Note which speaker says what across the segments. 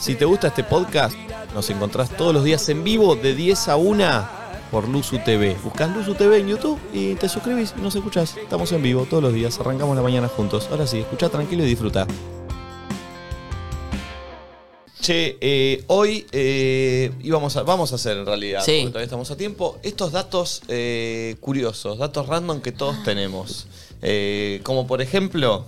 Speaker 1: Si te gusta este podcast, nos encontrás todos los días en vivo de 10 a 1 por Luzu TV. Buscás Luzu TV en YouTube y te suscribís y nos escuchás. Estamos en vivo todos los días, arrancamos la mañana juntos. Ahora sí, escuchá tranquilo y disfruta. Che, eh, hoy eh, íbamos a, vamos a hacer en realidad,
Speaker 2: Sí.
Speaker 1: porque todavía estamos a tiempo, estos datos eh, curiosos, datos random que todos tenemos. Eh, como por ejemplo,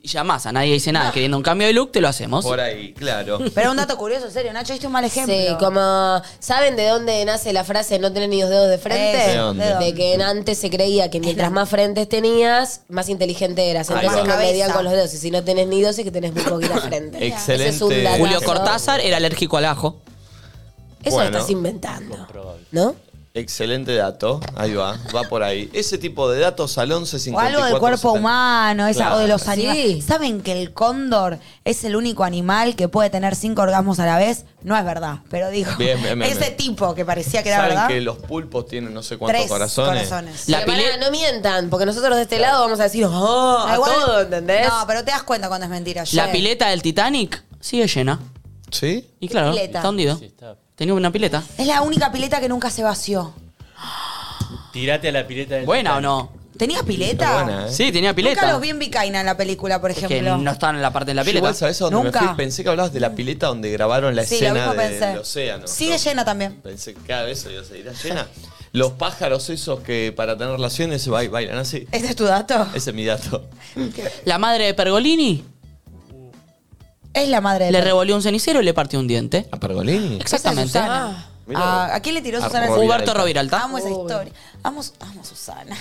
Speaker 2: Y llamás, a nadie dice nada. Queriendo un cambio de look, te lo hacemos.
Speaker 1: por ahí, claro.
Speaker 3: Pero un dato curioso, en serio, Nacho, diste un mal ejemplo.
Speaker 4: Sí, como ¿saben de dónde nace la frase no tener ni los dedos de frente?
Speaker 3: Eso,
Speaker 1: ¿De dónde?
Speaker 4: De que en antes se creía que mientras más frentes tenías, más inteligente eras.
Speaker 1: Ahí
Speaker 4: Entonces
Speaker 1: va.
Speaker 4: no medían
Speaker 3: Cabeza.
Speaker 4: con los dedos. Y si no tenés ni dos es que tenés muy poquita frente.
Speaker 1: Excelente.
Speaker 4: Ese es un datazo.
Speaker 2: Julio Cortázar era alérgico al ajo.
Speaker 4: Eso
Speaker 1: Bueno.
Speaker 4: lo estás inventando. ¿No?
Speaker 1: Excelente dato, ahí va, va por ahí. Ese tipo de datos al 11
Speaker 3: O algo
Speaker 1: 54
Speaker 3: del cuerpo
Speaker 1: 70.
Speaker 3: humano, esa, o de los
Speaker 4: Claro.
Speaker 3: animales.
Speaker 4: Sí.
Speaker 3: ¿Saben que el cóndor es el único animal que puede tener cinco orgasmos a la vez? No es verdad, pero dijo.
Speaker 1: Bien, bien, bien,
Speaker 3: ese
Speaker 1: bien.
Speaker 3: tipo que parecía que era
Speaker 1: ¿Saben
Speaker 3: verdad.
Speaker 1: que los pulpos tienen no sé cuántos
Speaker 3: Tres
Speaker 1: corazones?
Speaker 2: La
Speaker 4: Pero pará,
Speaker 2: pile-
Speaker 4: no mientan, porque nosotros de este lado vamos a decir, oh, a
Speaker 3: Igual-
Speaker 4: todo, ¿entendés?
Speaker 3: No, pero te das cuenta cuando es mentira. yo-
Speaker 2: La pileta del Titanic sigue llena.
Speaker 1: ¿Sí?
Speaker 2: Y claro,
Speaker 3: pileta?
Speaker 2: está hundido. Tenía una pileta.
Speaker 3: Es la única pileta que nunca se vació.
Speaker 5: Tirate a la pileta del.
Speaker 2: ¿Buena o
Speaker 5: Titanic.
Speaker 2: no?
Speaker 3: ¿Tenía pileta?
Speaker 1: Está buena, ¿eh?
Speaker 2: Sí, tenía pileta.
Speaker 3: Nunca los vi en Vicaina en la película, por
Speaker 2: Es que
Speaker 3: ejemplo.
Speaker 2: no estaban en la parte de la
Speaker 1: Yo
Speaker 2: pileta.
Speaker 1: igual, ¿sabés a dónde me
Speaker 3: Nunca.
Speaker 1: fui? Pensé que hablabas de la pileta donde grabaron la
Speaker 3: sí, lo
Speaker 1: escena
Speaker 3: mismo
Speaker 1: de-
Speaker 3: pensé.
Speaker 1: del océano.
Speaker 3: Sigue
Speaker 1: Yo
Speaker 3: llena también.
Speaker 1: Pensé que cada vez iba a seguir llena. Los pájaros esos que para tener relaciones se ba- bailan así.
Speaker 3: ¿Este es tu dato?
Speaker 1: Ese es mi dato.
Speaker 2: La madre de Pergolini
Speaker 3: Es la madre de
Speaker 2: le
Speaker 3: Pedro.
Speaker 2: revolvió un cenicero y le partió un diente.
Speaker 1: ¿A Pergolini?
Speaker 2: Exactamente.
Speaker 3: Susana.
Speaker 1: Mirá.
Speaker 3: Ah, ¿A quién le tiró
Speaker 1: A
Speaker 3: Susana?
Speaker 1: Roberto
Speaker 2: Huberto Roviralta.
Speaker 3: Amo esa historia. Amo, Su- amo a Susana.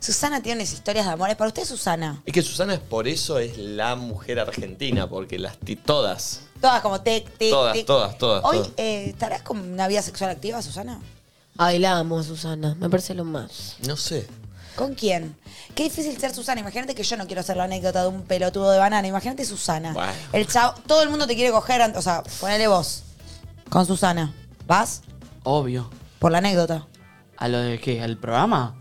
Speaker 3: Susana tiene unas historias de amores. Para usted, Susana.
Speaker 1: Es que Susana es por eso es la mujer argentina, porque las ti- todas.
Speaker 3: Todas como tic, tic,
Speaker 1: Todas,
Speaker 3: tic.
Speaker 1: todas, todas,
Speaker 3: Hoy,
Speaker 1: todas.
Speaker 3: eh, ¿estarás con una vida sexual activa, Susana?
Speaker 4: Ay, la amo a Susana, me parece lo más.
Speaker 1: No sé.
Speaker 3: ¿Con quién? Qué difícil ser Susana. Imagínate que yo no quiero ser la anécdota de un pelotudo de banana. Imagínate Susana.
Speaker 1: Bueno.
Speaker 3: El chavo, todo el mundo te quiere coger. an- O sea, ponele vos. Con Susana. ¿Vas?
Speaker 2: Obvio.
Speaker 3: Por la anécdota.
Speaker 2: ¿A lo de qué? ¿Al programa?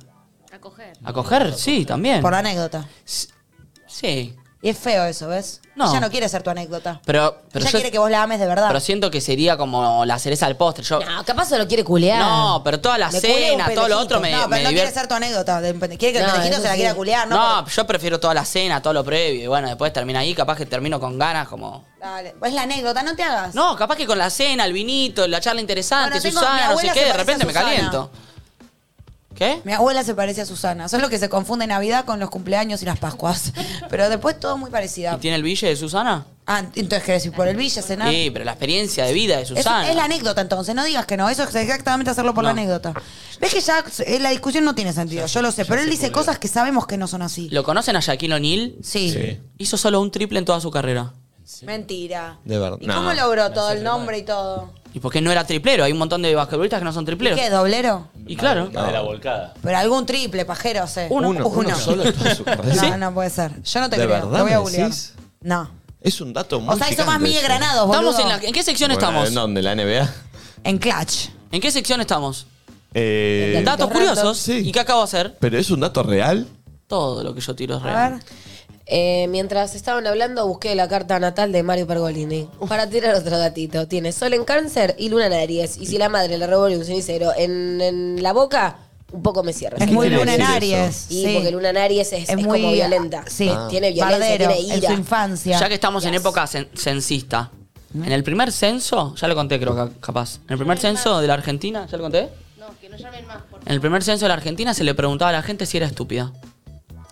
Speaker 6: A coger.
Speaker 2: ¿A coger? Sí, también.
Speaker 3: Por la anécdota.
Speaker 2: Sí.
Speaker 3: Y es feo eso, ¿ves?
Speaker 2: No.
Speaker 3: Ella no quiere ser tu anécdota.
Speaker 2: Pero, pero
Speaker 3: Ella
Speaker 2: yo-
Speaker 3: quiere que vos la ames de verdad.
Speaker 2: pero siento que sería como la cereza al postre. Yo,
Speaker 4: No, capaz solo quiere culear.
Speaker 2: No, pero toda la
Speaker 3: Ah. Me culé un
Speaker 2: cena, todo lo
Speaker 3: pendejito.
Speaker 2: otro me,
Speaker 3: No, pero
Speaker 2: me
Speaker 3: no
Speaker 2: divierte.
Speaker 3: quiere ser tu anécdota. de un pende- Quiere que el
Speaker 4: No,
Speaker 3: pendejito
Speaker 4: eso
Speaker 3: se la
Speaker 4: sí.
Speaker 3: quiera culear, ¿no?
Speaker 2: No,
Speaker 3: Porque-
Speaker 2: yo prefiero toda la cena, todo lo previo. Y bueno, después termina ahí, capaz que termino con ganas como...
Speaker 3: Dale, es la anécdota, no te hagas.
Speaker 2: No, capaz que con la cena, el vinito, la charla interesante,
Speaker 3: Bueno, tengo- mi
Speaker 2: Susana, no sé
Speaker 3: abuela
Speaker 2: qué,
Speaker 3: se
Speaker 2: de
Speaker 3: parece a
Speaker 2: repente me
Speaker 3: Susana.
Speaker 2: caliento. ¿Qué?
Speaker 3: Mi abuela se parece a Susana. Son los que se confunden Navidad con los cumpleaños y las Pascuas. Pero después todo muy
Speaker 2: ¿Y
Speaker 3: parecida.
Speaker 2: tiene el billete de Susana?
Speaker 3: Ah, entonces querés ir por el Villa, cenar.
Speaker 2: Sí, pero la experiencia de vida de
Speaker 3: Eso Es,
Speaker 2: Susana.
Speaker 3: la anécdota entonces, no digas que no, eso es exactamente hacerlo por la
Speaker 2: No.
Speaker 3: anécdota. Ves que ya eh, la discusión no tiene sentido, yo lo sé, pero él dice cosas que sabemos que no son así.
Speaker 2: ¿Lo conocen a Shaquille O'Neal?
Speaker 3: Sí.
Speaker 2: Hizo solo un triple en toda su carrera.
Speaker 3: Mentira.
Speaker 1: De verdad.
Speaker 3: ¿Y
Speaker 1: No.
Speaker 3: cómo logró todo el nombre y todo?
Speaker 2: ¿Y por qué no era triplero? Hay un montón de basquetbolistas que no son tripleros.
Speaker 3: ¿Qué, doblero?
Speaker 2: Y claro.
Speaker 5: La de la volcada.
Speaker 3: Pero algún triple, pajero, sé.
Speaker 1: Uno, uno, solo en toda su carrera.
Speaker 3: No,
Speaker 2: ¿Sí?
Speaker 3: no puede ser. Yo no te
Speaker 1: ¿De
Speaker 3: creo.
Speaker 1: verdad
Speaker 3: te voy
Speaker 1: me
Speaker 3: a googlear.
Speaker 1: decís?
Speaker 3: No.
Speaker 1: Es un dato muy
Speaker 3: O sea, hizo más
Speaker 1: gigante
Speaker 3: Miguel
Speaker 1: ese.
Speaker 3: Granados, boludo.
Speaker 2: Estamos en, la- ¿en qué sección
Speaker 3: eh,
Speaker 1: Bueno,
Speaker 2: estamos?
Speaker 1: ¿En dónde? ¿La NBA?
Speaker 3: En Clutch.
Speaker 2: ¿En qué sección estamos?
Speaker 1: Eh,
Speaker 2: Datos
Speaker 4: Random.
Speaker 2: curiosos.
Speaker 1: Sí.
Speaker 2: ¿Y qué acabo de hacer?
Speaker 1: ¿Pero es un dato real?
Speaker 2: Todo lo que yo tiro es
Speaker 3: A
Speaker 2: real.
Speaker 3: ver.
Speaker 4: Eh, mientras estaban hablando, busqué la carta natal de Mario Pergolini. Para tirar otro datito. Tiene sol en cáncer y luna en Aries. Y si la madre le revolvió un cenicero en, en la boca, un poco me cierra.
Speaker 3: Es
Speaker 1: ¿Qué
Speaker 3: muy
Speaker 1: quiere
Speaker 3: luna en
Speaker 1: decir
Speaker 3: Aries.
Speaker 1: eso?
Speaker 4: Y
Speaker 3: sí.
Speaker 4: porque luna en Aries es, es como violenta. Ah.
Speaker 3: Sí.
Speaker 4: Tiene violencia,
Speaker 3: Bardero,
Speaker 4: tiene ira.
Speaker 3: En su infancia.
Speaker 2: Ya que estamos en época cen- censista, en el primer censo, ya lo conté creo que capaz, en el primer censo de la Argentina, ¿ya lo conté?
Speaker 6: No, que no llamen más, por
Speaker 2: En el primer censo de la Argentina se le preguntaba a la gente si era estúpida.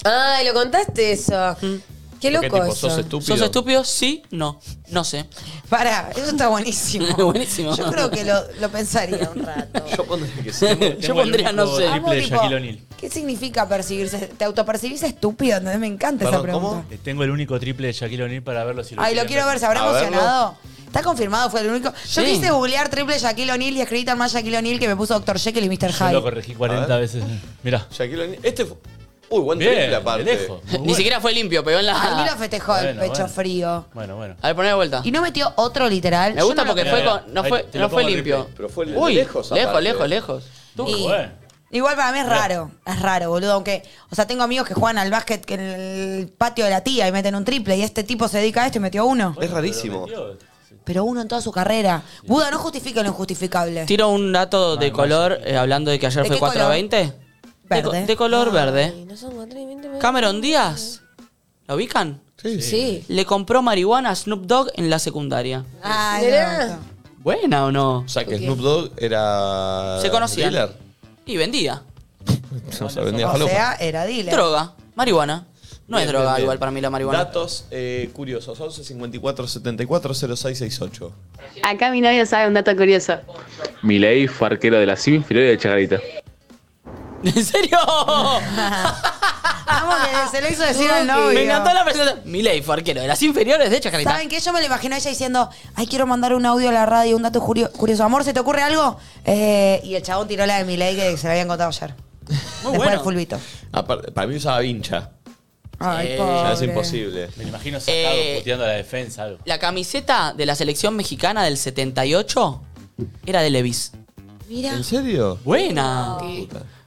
Speaker 4: Ay, lo contaste eso.
Speaker 3: Mm.
Speaker 4: Qué
Speaker 1: ¿Por
Speaker 4: loco
Speaker 1: qué, tipo,
Speaker 4: eso.
Speaker 1: ¿Sos estúpido?
Speaker 2: ¿Sos estúpido? Sí, no, no sé.
Speaker 3: Pará, eso está buenísimo.
Speaker 2: Buenísimo.
Speaker 3: Yo creo que lo, lo pensaría un rato.
Speaker 1: Yo pondría que sí.
Speaker 2: Yo pondría no sé.
Speaker 3: Amo,
Speaker 5: Triple de
Speaker 3: tipo,
Speaker 5: Shaquille O'Neal.
Speaker 3: ¿Qué significa percibirse? ¿Te autopercibís estúpido? ¿Entendés? Me encanta esa
Speaker 1: Perdón,
Speaker 3: pregunta.
Speaker 1: ¿cómo?
Speaker 5: Eh, Tengo el único triple de Shaquille O'Neal para verlo si lo
Speaker 3: Ay, lo
Speaker 5: quieren
Speaker 3: quiero ver, ¿se habrá
Speaker 1: A verlo.
Speaker 3: emocionado? Está confirmado, fue el único. Yo
Speaker 2: Sí.
Speaker 3: quise googlear triple Shaquille O'Neal y escribí tan mal Shaquille O'Neal que me puso Dr. Jekyll y Mr.
Speaker 5: Yo lo
Speaker 3: Hyde.
Speaker 5: corregí
Speaker 1: A
Speaker 5: 40
Speaker 1: ver.
Speaker 5: veces. Mirá.
Speaker 1: Shaquille O'Neal. Este fue... Uy, buen
Speaker 5: Bien,
Speaker 1: triple
Speaker 5: de
Speaker 1: aparte.
Speaker 5: lejos. Muy
Speaker 2: Ni
Speaker 5: bueno.
Speaker 2: siquiera fue limpio, pegó en la...
Speaker 3: A mí lo festejó el
Speaker 5: Bueno,
Speaker 3: pecho
Speaker 5: bueno.
Speaker 3: frío.
Speaker 5: Bueno, bueno.
Speaker 2: A ver, poné de vuelta.
Speaker 3: Y no metió otro literal.
Speaker 2: Me
Speaker 3: Yo
Speaker 2: gusta
Speaker 3: no lo
Speaker 2: porque
Speaker 5: creo.
Speaker 2: fue
Speaker 5: Mira,
Speaker 2: con- no
Speaker 5: ahí
Speaker 2: fue,
Speaker 5: te lo
Speaker 2: no fue
Speaker 5: pongo
Speaker 2: limpio.
Speaker 5: triple,
Speaker 1: pero fue
Speaker 2: Uy,
Speaker 1: lejos
Speaker 2: lejos,
Speaker 1: aparte.
Speaker 2: lejos, lejos.
Speaker 5: Tú,
Speaker 3: Y-
Speaker 5: bueno.
Speaker 3: Igual para mí es raro, es raro, boludo. Aunque, o sea, tengo amigos que juegan al básquet que en el patio de la tía y meten un triple y este tipo se dedica a esto y metió uno.
Speaker 1: Es rarísimo.
Speaker 5: Dios.
Speaker 3: Pero uno en toda su carrera. Buda no justifica lo injustificable.
Speaker 2: Tiro un dato de color, eh, hablando de que ayer
Speaker 3: ¿De
Speaker 2: fue
Speaker 3: qué color?
Speaker 2: 4.20. De, co-
Speaker 3: Verde. Ah.
Speaker 2: de color
Speaker 4: Ay,
Speaker 2: verde.
Speaker 4: no son cuatro y veinte, pero-
Speaker 2: Cameron Díaz, ¿lo ubican?
Speaker 4: Sí.
Speaker 2: Le compró marihuana a Snoop Dogg en la secundaria.
Speaker 3: Ay,
Speaker 4: Mirá.
Speaker 3: no.
Speaker 2: ¿Buena o no?
Speaker 1: O sea que Snoop Dogg era.
Speaker 2: Se conocían.
Speaker 1: dealer.
Speaker 2: Y vendía.
Speaker 1: No, se vendía
Speaker 3: O
Speaker 1: falopa.
Speaker 3: sea, era dealer.
Speaker 2: Droga, marihuana. No es
Speaker 1: Bien,
Speaker 2: droga
Speaker 1: bien, bien.
Speaker 2: igual para mí la marihuana.
Speaker 1: Datos eh, curiosos: 11 54 74 0668.
Speaker 7: Acá mi novio sabe un dato curioso.
Speaker 8: Milei fue arquero de la CIB inferior y de Chacarita.
Speaker 2: ¿En serio?
Speaker 3: Vamos, que se lo hizo decir al novio.
Speaker 2: Me encantó la presentación. Milei fue arquero de las inferiores de Chacarita.
Speaker 3: ¿Saben qué? Yo me lo imagino a ella diciendo, ay, quiero mandar un audio a la radio, un dato curio- curioso. Amor, ¿se te ocurre algo? Eh, y el chabón tiró la de Milei que se la habían contado ayer. Después
Speaker 2: bueno.
Speaker 3: del fulbito.
Speaker 1: Aparte, Ah, para mí usaba vincha.
Speaker 3: Ay,
Speaker 2: Sí,
Speaker 1: Eh, Ya
Speaker 3: pobre.
Speaker 1: es imposible.
Speaker 5: Me lo imagino sacado
Speaker 2: Eh.
Speaker 5: puteando a la defensa. Algo.
Speaker 2: La camiseta de la selección mexicana del 78 era de Levis.
Speaker 4: Mira.
Speaker 1: ¿En serio?
Speaker 2: Buena.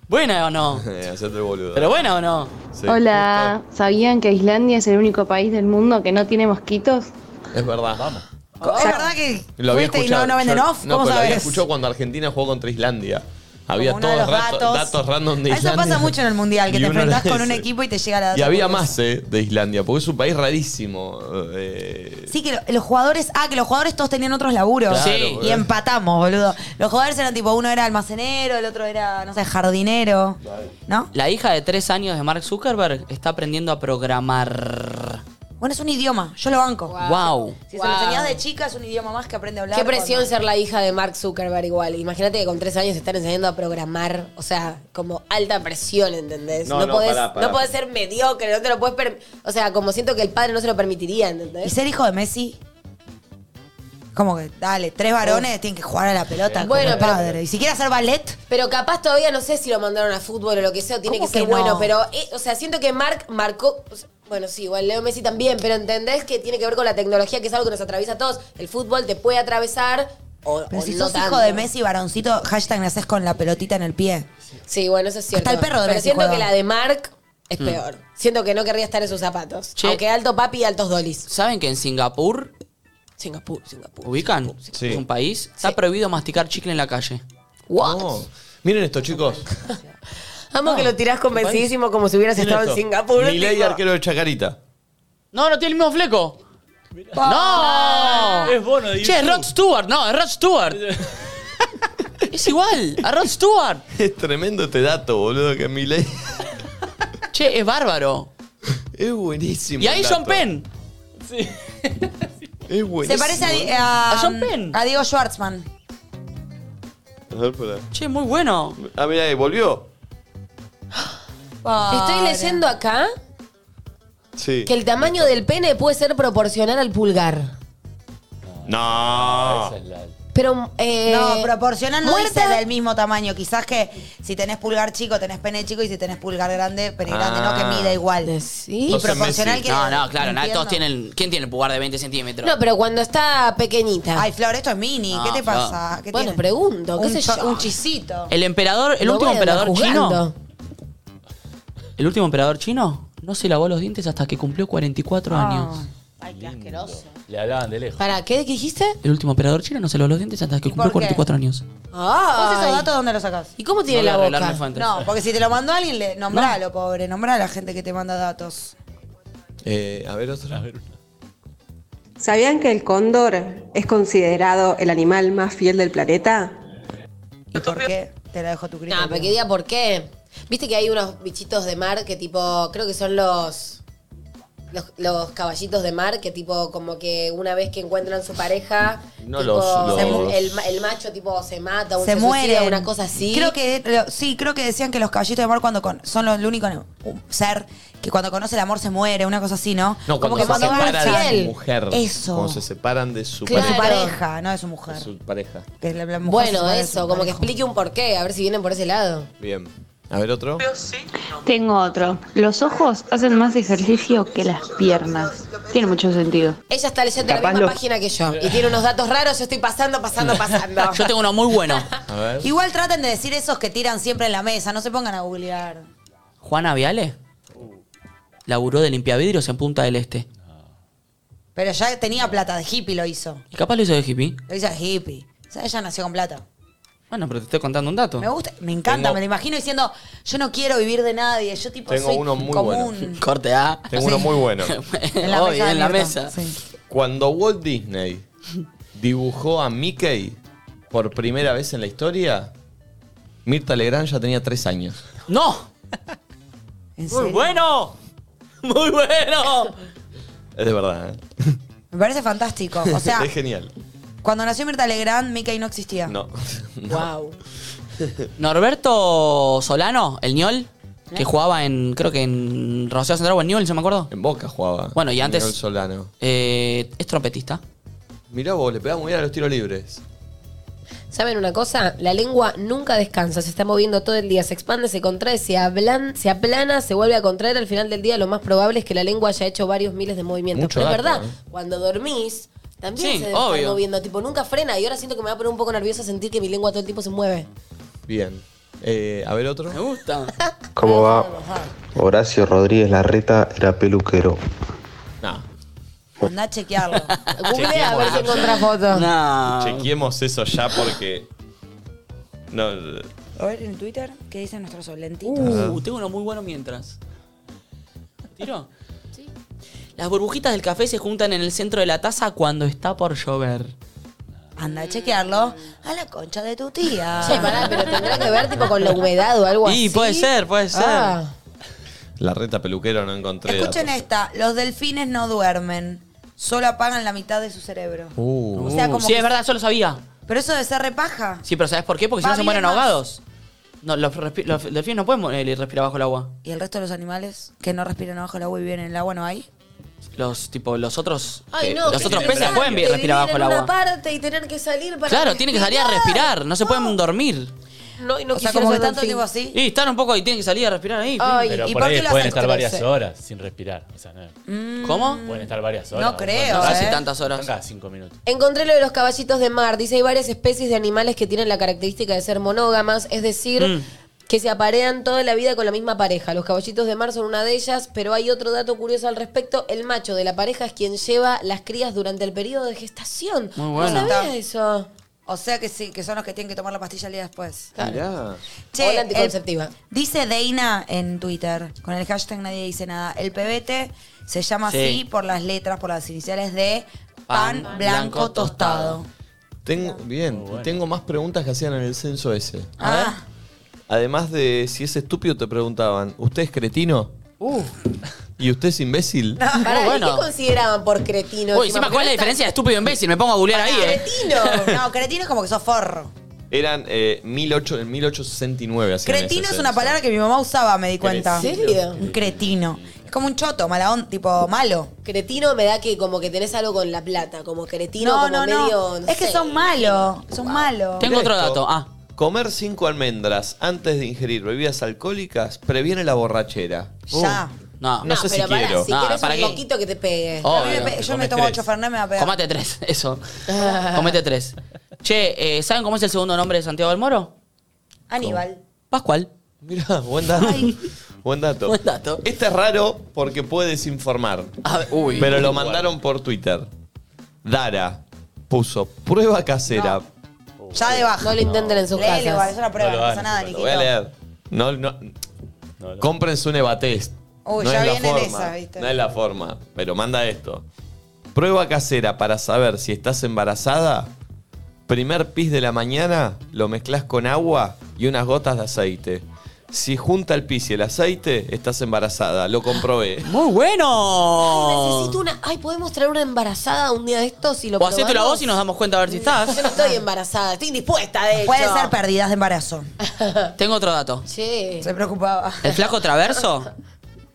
Speaker 2: Buena o no.
Speaker 1: Eh, Hacete el boludo.
Speaker 2: Pero buena o no.
Speaker 1: Sí,
Speaker 7: Hola, ¿sabían que Islandia es el único país del mundo que no tiene mosquitos?
Speaker 1: justo. Es verdad. Vamos.
Speaker 3: Es verdad que
Speaker 1: Lo había
Speaker 3: fuiste y
Speaker 1: escuchado.
Speaker 3: no, no venden
Speaker 1: Yo-
Speaker 3: off. ¿Cómo
Speaker 1: pero Lo había
Speaker 3: sabes?
Speaker 1: escuchado cuando Argentina jugó contra Islandia. Había
Speaker 3: Como uno de
Speaker 1: todos
Speaker 3: los
Speaker 1: rato- datos. random de
Speaker 3: Eso
Speaker 1: Islandia.
Speaker 3: pasa mucho en el mundial, que
Speaker 1: Y
Speaker 3: te
Speaker 1: uno
Speaker 3: enfrentás
Speaker 1: era
Speaker 3: con un
Speaker 1: ese.
Speaker 3: equipo y te llega la data
Speaker 1: Y había
Speaker 3: curiosa.
Speaker 1: más, ¿eh? De Islandia, porque es un país rarísimo. eh,
Speaker 3: Sí, que lo- los jugadores. Ah, que los jugadores todos tenían otros laburos.
Speaker 2: Claro,
Speaker 3: Sí. Y
Speaker 1: boludo.
Speaker 3: empatamos, boludo. Los jugadores eran tipo: uno era almacenero, el otro era, no sé, jardinero. ¿No?
Speaker 2: La hija de tres años de Mark Zuckerberg está aprendiendo a programar.
Speaker 3: Bueno, es un idioma. Yo lo banco.
Speaker 2: Wow.
Speaker 3: Si se
Speaker 4: Wow.
Speaker 3: lo enseñás de chica, es un idioma más que aprende a hablar.
Speaker 4: Qué presión
Speaker 3: cuando-
Speaker 4: ser la hija de Mark Zuckerberg igual. Imagínate que con tres años te están enseñando a programar. O sea, como alta presión, ¿entendés?
Speaker 1: No, no,
Speaker 4: podés,
Speaker 1: pará, pará.
Speaker 4: no podés ser mediocre, no te lo puedes perm- O sea, como siento que el padre no se lo permitiría,
Speaker 3: Y
Speaker 4: ¿entendés?
Speaker 3: ser hijo de Messi. Como que, dale, tres varones tienen que jugar a la pelota
Speaker 4: Bueno,
Speaker 3: como
Speaker 4: pero-
Speaker 3: padre. Y si quiere hacer ballet,
Speaker 4: Pero capaz todavía no sé si lo mandaron a fútbol o lo que sea, o tiene que
Speaker 3: ¿Cómo
Speaker 4: ser
Speaker 3: que no?
Speaker 4: bueno, pero eh, o sea, siento que Mark marcó o sea, bueno, sí, igual Leo Messi también, pero entendés que tiene que ver con la tecnología, que es algo que nos atraviesa a todos. El fútbol te puede atravesar o,
Speaker 3: pero
Speaker 4: o
Speaker 3: si
Speaker 4: Oh, no
Speaker 3: sos
Speaker 4: tanto.
Speaker 3: hijo de Messi, varoncito, hashtag nacés con la pelotita en el pie.
Speaker 4: Sí, bueno, eso es cierto.
Speaker 3: Hasta el perro de
Speaker 4: Pero
Speaker 3: Messi
Speaker 4: siento
Speaker 3: juega.
Speaker 4: que la de Mark es peor. Siento que no querría estar en sus zapatos.
Speaker 2: Mm. Che.
Speaker 4: Aunque alto papi y altos dolis.
Speaker 2: ¿Saben que en Singapur,
Speaker 4: Singapur, Singapur.
Speaker 2: ubican?
Speaker 1: Sí.
Speaker 2: Es un país. Está prohibido masticar chicle en la calle.
Speaker 4: What?
Speaker 1: no. Miren esto, chicos.
Speaker 4: Amo que lo tirás convencidísimo como si hubieras estado en Singapur.
Speaker 1: Milei
Speaker 4: tipo.
Speaker 1: arquero de Chacarita.
Speaker 2: No, no tiene el mismo fleco. ¡No!
Speaker 5: Es bono de
Speaker 2: Che, es
Speaker 5: YouTube.
Speaker 2: Rod Stewart. No, es Rod Stewart. es igual a Rod Stewart.
Speaker 1: Es tremendo este dato, boludo, que Milei.
Speaker 2: Che, es bárbaro.
Speaker 1: Es buenísimo.
Speaker 2: Y ahí
Speaker 1: el
Speaker 2: John
Speaker 1: dato.
Speaker 2: Penn.
Speaker 1: Es buenísimo.
Speaker 3: Se parece a Di- a,
Speaker 2: A
Speaker 3: um,
Speaker 2: John Penn.
Speaker 3: a Diego Schwartzman.
Speaker 1: A ver, pará.
Speaker 2: Che, muy bueno.
Speaker 1: Ah, mirá, ahí volvió.
Speaker 3: Ah,
Speaker 4: Estoy leyendo acá
Speaker 1: Sí.
Speaker 4: que el tamaño del pene puede ser proporcional al pulgar.
Speaker 1: No.
Speaker 5: Esa es la-
Speaker 4: Pero. eh,
Speaker 3: No, proporcional no
Speaker 4: muerta-
Speaker 3: dice del mismo tamaño. Quizás que si tenés pulgar chico, tenés pene chico. Y si tenés pulgar grande, pene grande, no que
Speaker 1: Ah.
Speaker 3: mida igual.
Speaker 4: Sí.
Speaker 3: Y
Speaker 1: No sé,
Speaker 3: proporcional
Speaker 1: Messi.
Speaker 3: que.
Speaker 2: No, no, claro, nada,
Speaker 3: entiendo.
Speaker 2: todos tienen. ¿Quién tiene el pulgar de 20 centímetros?
Speaker 4: No, pero cuando está pequeñita.
Speaker 3: Ay, Flor, esto es mini.
Speaker 2: No,
Speaker 3: ¿Qué te
Speaker 1: Ah,
Speaker 2: Flor.
Speaker 3: pasa? ¿Qué
Speaker 4: Bueno,
Speaker 3: tiene?
Speaker 4: pregunto, qué
Speaker 3: un
Speaker 4: sé yo.
Speaker 3: Un chisito.
Speaker 2: el emperador, el
Speaker 4: No
Speaker 2: último
Speaker 4: voy a andar
Speaker 2: emperador
Speaker 4: juzgando.
Speaker 2: chino. El último emperador chino no se lavó los dientes hasta que cumplió 44 años.
Speaker 5: Le hablaban de lejos.
Speaker 4: ¿Para qué? ¿Qué dijiste?
Speaker 2: El último emperador chino no se lavó los dientes hasta que
Speaker 3: por
Speaker 2: cumplió
Speaker 3: qué?
Speaker 2: 44 años.
Speaker 3: ¿Vos esos
Speaker 4: Ay.
Speaker 3: datos dónde los sacás?
Speaker 4: ¿Y cómo tiene
Speaker 2: No
Speaker 4: la
Speaker 2: voy a arreglar
Speaker 4: boca?
Speaker 2: mi fuente.
Speaker 3: No, porque si te lo mandó alguien, le, nombralo, pobre. Nombrá a la gente que te manda datos.
Speaker 1: Eh, a ver otra.
Speaker 9: ¿Sabían que el cóndor es considerado el animal más fiel del planeta?
Speaker 3: ¿Y por qué? Te la dejo a tu criterio.
Speaker 4: No, pero que diga por qué. Viste que hay unos bichitos de mar que tipo, creo que son los, los, los caballitos de mar que tipo, como que una vez que encuentran su pareja,
Speaker 1: No
Speaker 4: tipo,
Speaker 1: los- los-
Speaker 4: se mu- El, ma- el macho tipo se mata, o
Speaker 3: se
Speaker 4: se, suicida,
Speaker 3: muere
Speaker 4: una cosa así.
Speaker 3: Creo que lo- sí, creo que decían que los caballitos de mar cuando con- son los, el único um, ser que cuando conoce el amor se muere, una cosa así, ¿no?
Speaker 1: No, cuando
Speaker 4: que
Speaker 1: se
Speaker 4: cuando van
Speaker 1: separan de
Speaker 4: fiel.
Speaker 1: su mujer.
Speaker 3: Eso.
Speaker 1: Cuando se separan de su
Speaker 3: De su
Speaker 4: Claro.
Speaker 3: pareja, no de su mujer.
Speaker 1: pareja. Su pareja.
Speaker 3: Que la- la mujer se
Speaker 4: Bueno,
Speaker 3: muere de su
Speaker 4: eso, como que
Speaker 3: pareja.
Speaker 4: explique un porqué, a ver si vienen por ese lado.
Speaker 1: Bien. A ver otro.
Speaker 7: Tengo otro. Los ojos hacen más ejercicio que las piernas. Tiene mucho sentido.
Speaker 4: Ella está leyendo la
Speaker 7: Capaz
Speaker 4: misma
Speaker 7: lo-
Speaker 4: página que yo y tiene unos datos raros. Yo estoy pasando, pasando, pasando.
Speaker 2: Yo tengo uno muy bueno.
Speaker 1: A ver.
Speaker 3: Igual traten de decir esos que tiran siempre en la mesa, no se pongan a googlear.
Speaker 2: Juana Viale laburó de limpiavidrios en Punta del Este.
Speaker 3: Pero ya tenía plata, de hippie lo hizo.
Speaker 2: Y capaz lo hizo de hippie.
Speaker 3: Lo hizo de hippie. O sea, ella nació con plata.
Speaker 2: Bueno, pero te estoy contando un dato.
Speaker 3: Me gusta, me encanta,
Speaker 1: Tengo-
Speaker 3: me lo imagino diciendo, yo no quiero vivir de nadie, yo tipo
Speaker 1: Tengo
Speaker 3: soy
Speaker 1: uno muy
Speaker 3: común.
Speaker 2: Corte A.
Speaker 1: Tengo uno muy bueno.
Speaker 3: En la
Speaker 2: Hoy,
Speaker 3: mesa. de
Speaker 2: en la
Speaker 3: Mirta.
Speaker 2: mesa.
Speaker 3: Sí.
Speaker 1: Cuando Walt Disney dibujó a Mickey por primera vez en la historia, Mirta Legrand ya tenía tres años.
Speaker 2: ¡No!
Speaker 3: ¿En
Speaker 2: ¡Muy
Speaker 3: serio?
Speaker 2: bueno! ¡Muy bueno!
Speaker 1: Es de verdad, ¿eh?
Speaker 3: Me parece fantástico. O sea,
Speaker 1: es genial.
Speaker 3: cuando nació Mirta Legrand, Mickey no existía.
Speaker 1: No.
Speaker 4: Wow.
Speaker 2: Norberto Solano, el ñol, que
Speaker 3: ¿Eh?
Speaker 2: jugaba en, creo que en Rosario Central o en Newell's, no me acuerdo.
Speaker 1: En Boca jugaba.
Speaker 2: Bueno, y antes-
Speaker 1: Miguel Solano.
Speaker 2: Eh, es trompetista.
Speaker 1: Mirá vos, le pegaba muy bien a los tiros libres.
Speaker 4: ¿Saben una cosa? La lengua nunca descansa, se está moviendo todo el día, se expande, se contrae, se, ablan, se aplana, se vuelve a contraer. Al final del día lo más probable es que la lengua haya hecho varios miles de movimientos.
Speaker 1: Mucho
Speaker 4: Pero es
Speaker 1: dato,
Speaker 4: verdad,
Speaker 1: ¿eh?
Speaker 4: cuando dormís, también
Speaker 2: Sí,
Speaker 4: se debe estar
Speaker 2: obvio.
Speaker 4: moviendo. Tipo, nunca frena y ahora siento que me va a poner un poco nerviosa sentir que mi lengua todo el tiempo se mueve.
Speaker 1: Bien. Eh, a ver otro.
Speaker 2: gusta.
Speaker 10: ¿Cómo va? Horacio Rodríguez Larreta era peluquero.
Speaker 1: No.
Speaker 3: Andá a chequearlo.
Speaker 4: Google a
Speaker 2: ah.
Speaker 4: ver si encuentra fotos.
Speaker 2: No.
Speaker 1: Chequeemos eso ya porque. No.
Speaker 3: A ver en Twitter, ¿qué dicen nuestros solentitos?
Speaker 2: Uh, tengo uno muy bueno mientras. ¿Tiro? Las burbujitas del café se juntan en el centro de la taza cuando está por llover.
Speaker 3: Anda a chequearlo a la concha de tu tía.
Speaker 4: Che, pará, pero tendrá que ver tipo con la humedad o algo así.
Speaker 2: Y puede ser, puede ser.
Speaker 4: Ah.
Speaker 1: La reta peluquero no encontré. Ah,
Speaker 3: Escuchen
Speaker 1: datos.
Speaker 3: esta, los delfines no duermen, solo apagan la mitad de su cerebro.
Speaker 1: Uh.
Speaker 3: O sea, como
Speaker 2: sí,
Speaker 3: que-
Speaker 2: es verdad, yo lo sabía.
Speaker 3: Pero eso de ser repaja.
Speaker 2: Sí, pero ¿sabes por qué? Porque si
Speaker 3: Va,
Speaker 2: no se
Speaker 3: viven
Speaker 2: mueren
Speaker 3: más.
Speaker 2: ahogados. No, los, respi- los delfines no pueden mo- eh, respirar bajo el agua.
Speaker 3: ¿Y el resto de los animales que no respiran abajo del agua y viven en el agua no hay?
Speaker 2: Los tipo los otros
Speaker 4: Ay,
Speaker 2: eh,
Speaker 4: no,
Speaker 2: los
Speaker 4: qué
Speaker 2: otros peces
Speaker 4: estresante,
Speaker 2: pueden vi-
Speaker 4: vivir
Speaker 2: respirar bajo
Speaker 4: en
Speaker 2: el
Speaker 4: una
Speaker 2: agua.
Speaker 4: parte y tener que salir para
Speaker 2: Claro, tienen que salir a respirar, no se pueden dormir.
Speaker 4: No, y no
Speaker 3: o sea,
Speaker 4: quisiera
Speaker 3: como que
Speaker 4: ser
Speaker 3: tanto
Speaker 4: delfín.
Speaker 3: tiempo así.
Speaker 2: Y están un poco y tienen que salir a respirar ahí.
Speaker 3: Ay,
Speaker 5: Pero
Speaker 3: ¿y
Speaker 5: por
Speaker 3: por
Speaker 5: ahí
Speaker 3: qué lo
Speaker 5: pueden
Speaker 3: hacen
Speaker 5: estar varias
Speaker 3: crecer? Mm.
Speaker 5: horas sin respirar. O sea, no,
Speaker 2: ¿Cómo?
Speaker 5: pueden estar varias horas.
Speaker 3: No creo,
Speaker 2: No sé
Speaker 3: eh.
Speaker 2: si tantas horas.
Speaker 5: Están cada cinco minutos.
Speaker 4: Encontré lo de los caballitos de mar. Dice, hay varias especies de animales que tienen la característica de ser monógamas, es decir,
Speaker 2: Mm.
Speaker 4: que se aparean toda la vida con la misma pareja. Los caballitos de mar son una de ellas, pero hay otro dato curioso al respecto. El macho de la pareja es quien lleva las crías durante el periodo de gestación.
Speaker 2: Muy bueno.
Speaker 4: No sabía eso.
Speaker 3: O sea que sí, que son los que tienen que tomar la pastilla el día después.
Speaker 1: Mirá.
Speaker 4: O la anticonceptiva.
Speaker 3: el- dice Deina en Twitter, con el hashtag nadie dice nada. El pebete se llama
Speaker 2: Sí.
Speaker 3: así por las letras, por las iniciales de
Speaker 2: Pan
Speaker 3: pan,
Speaker 2: blanco
Speaker 3: blanco,
Speaker 2: tostado.
Speaker 3: tostado.
Speaker 1: Tengo, bien, y tengo más preguntas que hacían en el censo ese.
Speaker 3: Ah,
Speaker 1: Además de si es estúpido, te preguntaban, ¿usted es cretino? ¿Y usted es imbécil?
Speaker 3: eh,
Speaker 4: Pará, ¿y
Speaker 2: bueno.
Speaker 4: ¿Qué consideraban por cretino?
Speaker 2: Uy, encima, ¿cuál es la diferencia de estúpido e imbécil? Me pongo a googlear ahí, eh.
Speaker 3: cretino. No, cretino es como que sos forro.
Speaker 1: Eran eh, 18, en 1869. hacían
Speaker 3: Cretino
Speaker 1: ese
Speaker 3: es una
Speaker 1: censo.
Speaker 3: palabra que mi mamá usaba, me di cuenta.
Speaker 4: ¿En serio?
Speaker 3: Un cretino. Es como un choto, mala on- tipo malo.
Speaker 4: Cretino me da que como que tenés algo con la plata, como cretino,
Speaker 3: No,
Speaker 4: como
Speaker 3: no, no.
Speaker 4: medio. no
Speaker 3: es que
Speaker 4: sé.
Speaker 3: son malos. Son malos.
Speaker 2: Tengo otro
Speaker 1: Esto,
Speaker 2: dato. Ah,
Speaker 1: Comer cinco almendras antes de ingerir bebidas alcohólicas previene la borrachera.
Speaker 3: Ya.
Speaker 2: no.
Speaker 1: No sé si
Speaker 4: Ah, pará,
Speaker 1: quiero.
Speaker 4: Si
Speaker 2: No,
Speaker 4: quieres
Speaker 2: Ah, ¿para
Speaker 4: un
Speaker 2: qué?
Speaker 4: poquito que te pegue.
Speaker 2: Oh,
Speaker 3: A mí me
Speaker 2: obvio,
Speaker 3: pe-
Speaker 5: te
Speaker 3: yo me
Speaker 5: comes
Speaker 3: tomo
Speaker 5: tres.
Speaker 3: ocho Fernet, me va a pegar.
Speaker 2: Comate tres, eso. Comete tres. Che, eh, ¿saben cómo es el segundo nombre de Santiago del Moro?
Speaker 3: Aníbal.
Speaker 2: Pascual.
Speaker 1: Mirá, buen dato. Buen dato.
Speaker 2: Buen dato.
Speaker 1: Este es raro porque puede desinformar.
Speaker 2: A ver, uy.
Speaker 1: Pero lo mandaron por Twitter. Dara puso prueba casera.
Speaker 3: Ya de baja.
Speaker 4: No lo intenten en sus
Speaker 3: Léelo, igual, es
Speaker 4: casas.
Speaker 3: una prueba,
Speaker 5: No
Speaker 3: no,
Speaker 5: lo
Speaker 3: pasa
Speaker 5: hagan,
Speaker 3: nada,
Speaker 5: no
Speaker 1: Lo
Speaker 3: Niquito.
Speaker 1: voy a leer. No, no,
Speaker 5: No, no.
Speaker 1: cómprense un evatest.
Speaker 3: Uy,
Speaker 1: no
Speaker 3: ya
Speaker 1: es la
Speaker 3: vienen
Speaker 1: forma.
Speaker 3: esas, ¿viste?
Speaker 1: No es la forma. Pero manda esto. Prueba casera para saber si estás embarazada. Primer pis de la mañana, lo mezclas con agua y unas gotas de aceite. Si junta el pis y el aceite, estás embarazada. Lo comprobé.
Speaker 2: Muy
Speaker 4: Ay,
Speaker 2: bueno.
Speaker 4: necesito una. Ay, ¿podemos traer una embarazada un día de estos y lo
Speaker 2: O hacete la
Speaker 4: probamos?
Speaker 2: voz y nos damos cuenta a ver si
Speaker 4: Yo
Speaker 2: estás.
Speaker 4: no estoy embarazada, estoy indispuesta, de hecho.
Speaker 3: Puede ser pérdidas de embarazo.
Speaker 2: Tengo otro dato.
Speaker 4: Che.
Speaker 3: Se preocupaba.
Speaker 2: El flaco traverso.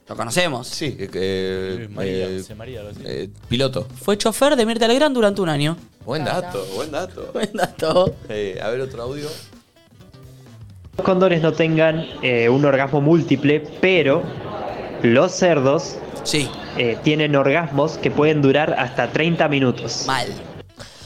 Speaker 2: Lo conocemos.
Speaker 1: Sí, eh, eh,
Speaker 5: Luis María,
Speaker 1: eh,
Speaker 5: José María, algo así.
Speaker 1: eh, piloto.
Speaker 2: Fue chofer de Mirta Legrand durante un año.
Speaker 1: Buen dato, buen dato.
Speaker 2: Buen dato.
Speaker 1: Eh, a ver otro audio.
Speaker 11: cóndores no tengan eh, un orgasmo múltiple, pero los cerdos eh, tienen orgasmos que pueden durar hasta 30 minutos.
Speaker 2: Mal.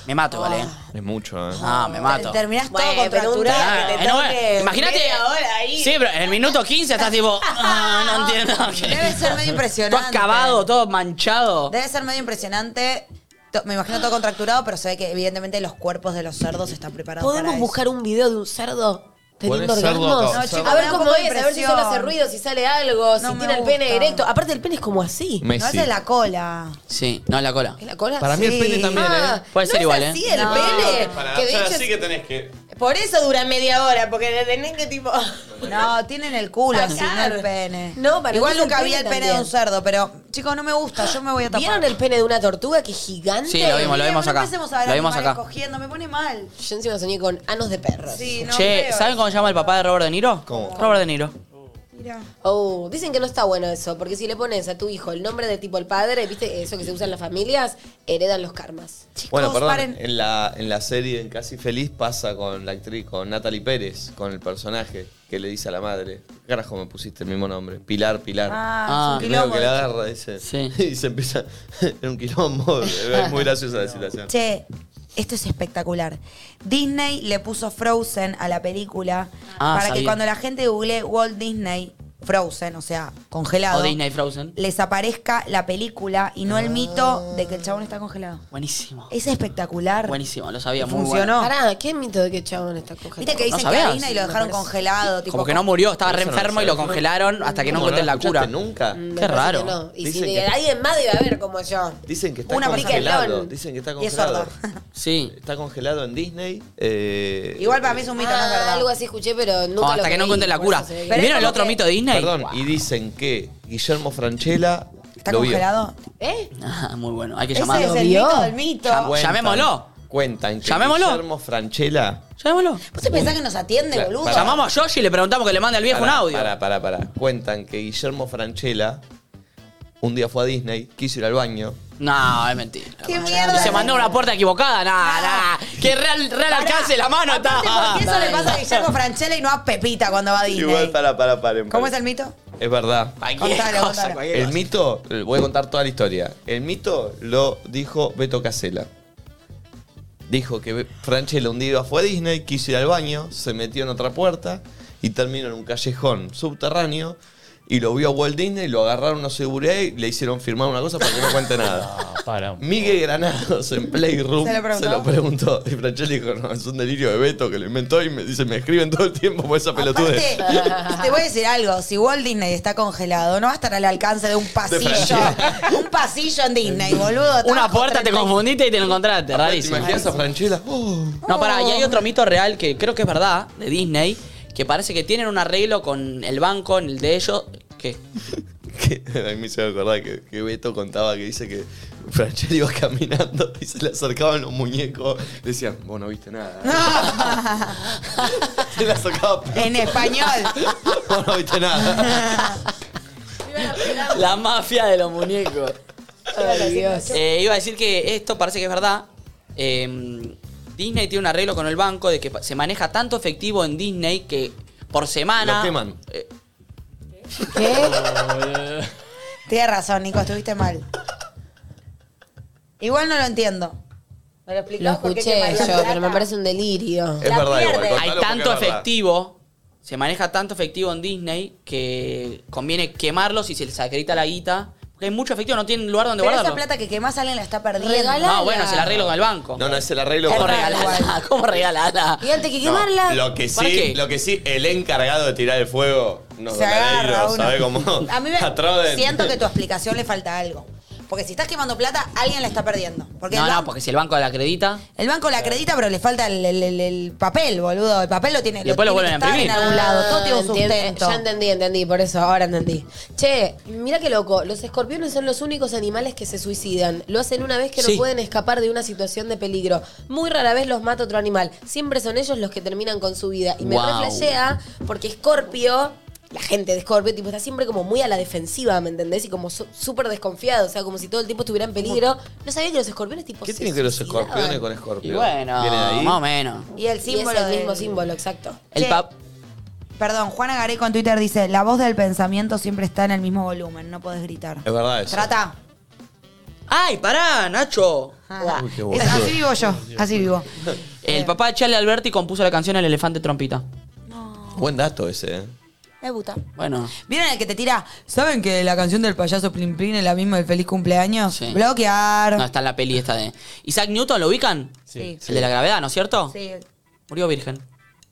Speaker 2: Me mato igual, ¿eh?
Speaker 1: Es mucho, ¿eh?
Speaker 2: Ah, me mato.
Speaker 3: Terminás todo
Speaker 4: Bueno, pero un
Speaker 3: contracturado.
Speaker 4: día que te
Speaker 2: Eh, no,
Speaker 4: toque
Speaker 2: eh, imagínate.
Speaker 4: media hora ahí.
Speaker 2: Sí, pero en el minuto 15 estás tipo. Ah, no entiendo.
Speaker 3: Debe ser medio
Speaker 2: Todo
Speaker 3: impresionante.
Speaker 2: acabado, todo manchado.
Speaker 3: Debe ser medio impresionante. To- Me imagino todo contracturado, pero se ve que evidentemente los cuerpos de los cerdos están preparados
Speaker 4: ¿Podemos
Speaker 3: para
Speaker 4: buscar un video de un cerdo teniendo
Speaker 3: Pones cerdo
Speaker 4: orgasmos?
Speaker 3: acá, No, cerdo. chicos,
Speaker 4: a
Speaker 3: me
Speaker 4: ver
Speaker 3: da un
Speaker 4: cómo
Speaker 3: poco de
Speaker 4: es, a ver si solo hace
Speaker 3: impresión.
Speaker 4: ruido, si sale algo,
Speaker 3: No
Speaker 4: si
Speaker 3: me
Speaker 4: tiene el pene
Speaker 3: gusta.
Speaker 4: directo. Aparte, el pene es como así.
Speaker 3: eso. No es de la cola.
Speaker 2: Sí, no la cola.
Speaker 4: ¿Es la cola?
Speaker 2: Para mí el
Speaker 4: Sí.
Speaker 2: pene también,
Speaker 4: Ah,
Speaker 2: ¿eh? Puede
Speaker 4: ¿no
Speaker 2: ser
Speaker 4: es
Speaker 2: igual, ¿eh?
Speaker 4: así el pene? que de hecho es-
Speaker 1: que tenés que.
Speaker 4: Por eso dura media hora, porque le tenés que tipo...
Speaker 3: No, tienen el culo,
Speaker 4: Sacar.
Speaker 3: así, no el pene.
Speaker 4: No, para
Speaker 3: Igual
Speaker 4: mí es
Speaker 3: nunca
Speaker 4: el
Speaker 3: vi
Speaker 4: pene
Speaker 3: el pene de
Speaker 4: también.
Speaker 3: un cerdo, pero chicos, no me gusta, yo me voy a tapar.
Speaker 4: ¿Vieron el pene de una tortuga que es gigante?
Speaker 2: Sí, lo vimos, lo vimos
Speaker 3: No
Speaker 2: acá.
Speaker 3: empecemos a ver
Speaker 2: Lo vimos
Speaker 3: animales
Speaker 2: acá.
Speaker 3: cogiendo, me pone mal.
Speaker 4: Yo encima soñé con anos de perros.
Speaker 3: Sí, no,
Speaker 2: Che,
Speaker 3: feo.
Speaker 2: ¿saben cómo se llama el papá de Robert De Niro?
Speaker 1: ¿Cómo?
Speaker 2: Robert De Niro.
Speaker 3: Mirá.
Speaker 4: Oh, dicen que no está bueno eso, porque si le pones a tu hijo el nombre de tipo el padre, viste, eso que se usa en las familias, heredan los karmas.
Speaker 1: Bueno, perdón,
Speaker 3: paren.
Speaker 1: en la, en la serie en Casi Feliz pasa con la actriz, con Natalie Pérez, con el personaje que le dice a la madre, ¿qué carajo me pusiste el mismo nombre? Pilar, Pilar.
Speaker 3: Ah,
Speaker 2: Ah.
Speaker 3: es
Speaker 1: Y
Speaker 3: un
Speaker 1: medio
Speaker 3: quilombo.
Speaker 1: que la agarra dice, y se empieza, era un quilombo, es muy graciosa la situación.
Speaker 3: Che, esto es espectacular. Disney le puso Frozen a la película
Speaker 2: Ah,
Speaker 3: para que
Speaker 2: sabía.
Speaker 3: cuando la gente google Walt Disney Frozen, o sea,
Speaker 2: O
Speaker 3: congelado,
Speaker 2: Disney Frozen.
Speaker 3: les aparezca la película y no el mito de que el chabón está congelado.
Speaker 2: Buenísimo.
Speaker 3: Es espectacular.
Speaker 2: Buenísimo, lo sabía. Muy
Speaker 3: Funcionó.
Speaker 2: bueno.
Speaker 4: Pará, ¿qué mito de que chabón está cogiendo?
Speaker 3: Viste que dicen que
Speaker 2: sabías?
Speaker 3: a Disney lo dejaron congelado. Tipo,
Speaker 2: Como que no murió, estaba re
Speaker 1: Eso no
Speaker 2: enfermo y lo
Speaker 1: sabía.
Speaker 2: congelaron hasta que no
Speaker 1: ¿Cómo
Speaker 2: encuentren
Speaker 1: la
Speaker 2: la cura. Mm.
Speaker 1: escuchaste nunca?
Speaker 4: Me
Speaker 2: Qué
Speaker 4: parece
Speaker 2: raro.
Speaker 4: que no. Y si
Speaker 1: Dicen
Speaker 4: de-
Speaker 1: que-
Speaker 4: alguien más debe haber como yo.
Speaker 1: Dicen que está
Speaker 3: Una aplica el
Speaker 1: congelado,
Speaker 3: LOL.
Speaker 1: dicen que está
Speaker 3: Y es
Speaker 1: congelado.
Speaker 2: Sí.
Speaker 1: Está congelado en Disney. eh,
Speaker 3: Igual para mí es un mito, no es
Speaker 4: Ah,
Speaker 3: verdad.
Speaker 4: algo así escuché, pero nunca
Speaker 2: O
Speaker 4: lo
Speaker 2: hasta que no
Speaker 4: creí,
Speaker 2: encuentren la
Speaker 4: por
Speaker 2: cura.
Speaker 4: eso se ve que-
Speaker 3: Pero es
Speaker 2: ¿Vieron el
Speaker 3: como
Speaker 2: otro
Speaker 3: que-
Speaker 2: mito de Disney?
Speaker 1: Perdón, y dicen que Guillermo Franchella
Speaker 3: ¿Está
Speaker 1: lo vio.
Speaker 3: congelado?
Speaker 4: ¿Eh?
Speaker 2: Ah, muy bueno, hay que
Speaker 3: Ese
Speaker 2: llamarlo.
Speaker 3: es el
Speaker 4: ¿Vio?
Speaker 3: mito del mito.
Speaker 2: Llam-
Speaker 1: Cuentan-
Speaker 2: Llamémoslo.
Speaker 1: Cuentan que
Speaker 2: Llamémoslo.
Speaker 1: Guillermo Franchella
Speaker 2: Llamémoslo.
Speaker 3: ¿Vos te pensás que nos atiende,
Speaker 1: Claro,
Speaker 3: boludo?
Speaker 1: para-
Speaker 2: Llamamos a Yoshi y le preguntamos que le mande al viejo un audio.
Speaker 1: Para, para, para. Cuentan que Guillermo Franchella un día fue a Disney, quiso ir al baño.
Speaker 2: No, es mentira.
Speaker 3: ¿Qué
Speaker 2: Y
Speaker 3: mierda?
Speaker 2: se mandó a una puerta equivocada, nada, nada. Que real, real alcance la mano está.
Speaker 3: Aparte, ¿por qué eso le pasa a Guillermo Franchella y no a Pepita cuando va a Disney?
Speaker 1: Igual, para, para, para. en
Speaker 3: ¿Cómo es
Speaker 1: paz.
Speaker 3: el mito?
Speaker 1: Es verdad.
Speaker 2: Cualquier
Speaker 3: Contalo,
Speaker 2: cosa,
Speaker 3: contalo.
Speaker 2: cualquier
Speaker 1: El
Speaker 2: cosa.
Speaker 1: mito, voy a contar toda la historia. El mito lo dijo Beto Casella. Dijo que Be- Franchella un día fue a Disney, quiso ir al baño, se metió en otra puerta y terminó en un callejón subterráneo y lo vio a Walt Disney, lo agarraron a seguridad y le hicieron firmar una cosa para que no cuente nada.
Speaker 5: Ah, para. un-
Speaker 1: Miguel Granados en Playroom
Speaker 3: ¿Se lo preguntó?
Speaker 1: preguntó. Y Franchella dijo, no, es un delirio de Beto que lo inventó y me dice, me escriben todo el tiempo por esa pelotudez.
Speaker 3: Aparte, te voy a decir algo. Si Walt Disney está congelado, no va a estar al alcance de un pasillo. un pasillo en Disney, boludo.
Speaker 2: Una
Speaker 3: Estamos
Speaker 2: puerta te
Speaker 3: contra-
Speaker 2: confundiste y te lo encontraste,
Speaker 1: Aparte,
Speaker 2: rarísimo.
Speaker 1: ¿Te imaginas a Franchella? Oh.
Speaker 2: No, pará, y hay otro mito real que creo que es verdad, de Disney, que parece que tienen un arreglo con el banco, en el de ellos. ¿Qué?
Speaker 1: Que, a mí me hizo acordar que, que Beto contaba que dice que Franchella iba caminando y se le acercaban los muñecos. Decían, vos no viste nada. se le acercaba.
Speaker 3: En español.
Speaker 1: Vos no viste nada.
Speaker 2: La mafia de los muñecos.
Speaker 4: Ay, Dios.
Speaker 2: Eh, iba a decir que esto parece que es verdad. Eh, Disney tiene un arreglo con el banco de que pa- se maneja tanto efectivo en Disney que por semana.
Speaker 1: Lo queman.
Speaker 2: Eh, Oh,
Speaker 3: Tienes razón, Nico, estuviste mal. Igual no lo entiendo. ¿Me lo
Speaker 4: Lo
Speaker 3: explicás? por qué
Speaker 4: escuché
Speaker 3: quemaría
Speaker 4: yo,
Speaker 3: plata?
Speaker 4: pero me parece un delirio.
Speaker 1: Es verdad, igual.
Speaker 3: pierde.
Speaker 1: contalo
Speaker 2: hay
Speaker 1: porque
Speaker 2: tanto
Speaker 1: es verdad.
Speaker 2: efectivo. Se maneja tanto efectivo en Disney que conviene quemarlos y se les acredita la guita. Porque hay mucho efectivo, no tienen lugar donde
Speaker 3: Pero esa
Speaker 2: guardarlo.
Speaker 3: plata que quemás alguien la está perdiendo.
Speaker 4: Regalá.
Speaker 2: No, bueno, se la arreglo con el banco.
Speaker 1: No, no, es el arreglo
Speaker 2: ¿Cómo
Speaker 1: con-
Speaker 2: regalarla? ¿Cómo regalarla?
Speaker 4: Y antes que
Speaker 1: No,
Speaker 4: quemarla.
Speaker 1: lo que
Speaker 2: ¿Para
Speaker 1: sí,
Speaker 2: qué?
Speaker 1: lo que sí, el encargado de tirar el fuego nos
Speaker 3: se agarra uno.
Speaker 1: ¿sabes cómo?
Speaker 3: A mí me
Speaker 1: Atrás de-
Speaker 3: siento que tu explicación le falta algo. Porque si estás quemando plata, alguien la está perdiendo. Porque
Speaker 2: No,
Speaker 3: el,
Speaker 2: no,
Speaker 3: ban-
Speaker 2: porque si el banco la acredita.
Speaker 3: el banco la acredita, pero le falta el, el- el- el papel, boludo. El papel lo tiene,
Speaker 2: después lo
Speaker 3: tiene
Speaker 2: vuelven
Speaker 3: que
Speaker 2: a
Speaker 3: estar en
Speaker 2: imprimir.
Speaker 3: algún lado. Todo tiene un
Speaker 4: Ah, Entiendo,
Speaker 3: sustento.
Speaker 4: Ya entendí, entendí, por eso ahora entendí. Che, mira qué loco, los escorpiones son los únicos animales que se suicidan. Lo hacen una vez que
Speaker 2: Sí.
Speaker 4: no pueden escapar de una situación de peligro. Muy rara vez los mata otro animal. Siempre son ellos los que terminan con su vida. Y me
Speaker 2: Guau.
Speaker 4: reflejea porque Escorpio, la gente de Escorpio, tipo, está siempre como muy a la defensiva, ¿me entendés? Y como su- súper desconfiado, o sea, como si todo el tiempo estuviera en peligro. No sabía que los escorpiones, tipo,
Speaker 1: ¿Qué
Speaker 4: se
Speaker 1: tienen que ver los
Speaker 4: suicidaban.
Speaker 1: escorpiones con escorpión?
Speaker 2: Y bueno,
Speaker 1: ¿Viene de ahí?
Speaker 2: más o menos.
Speaker 3: Y el
Speaker 4: Y es
Speaker 3: símbolo
Speaker 4: el
Speaker 3: del-
Speaker 4: mismo símbolo, exacto.
Speaker 2: El
Speaker 3: Che,
Speaker 2: pap-
Speaker 3: Perdón, Juana Gareco en Twitter dice, la voz del pensamiento siempre está en el mismo volumen, no podés gritar.
Speaker 1: Es verdad eso.
Speaker 3: Trata.
Speaker 2: ¡Ay, pará, Nacho!
Speaker 4: Ah.
Speaker 1: Uy, qué
Speaker 3: Es-
Speaker 1: boludo.
Speaker 3: así vivo yo, así vivo.
Speaker 2: El papá de Charlie Alberti compuso la canción El elefante trompita.
Speaker 1: Buen dato ese, ¿eh?
Speaker 3: Me puta.
Speaker 2: Bueno.
Speaker 3: ¿Vieron el que te tira? ¿Saben que la canción del payaso Plin Plin es la misma del feliz cumpleaños?
Speaker 2: Sí.
Speaker 3: Bloquear.
Speaker 2: No, está en la peli esta de. ¿Isaac Newton lo ubican?
Speaker 3: Sí.
Speaker 2: El de la gravedad, ¿no es cierto?
Speaker 3: Sí.
Speaker 2: Murió virgen.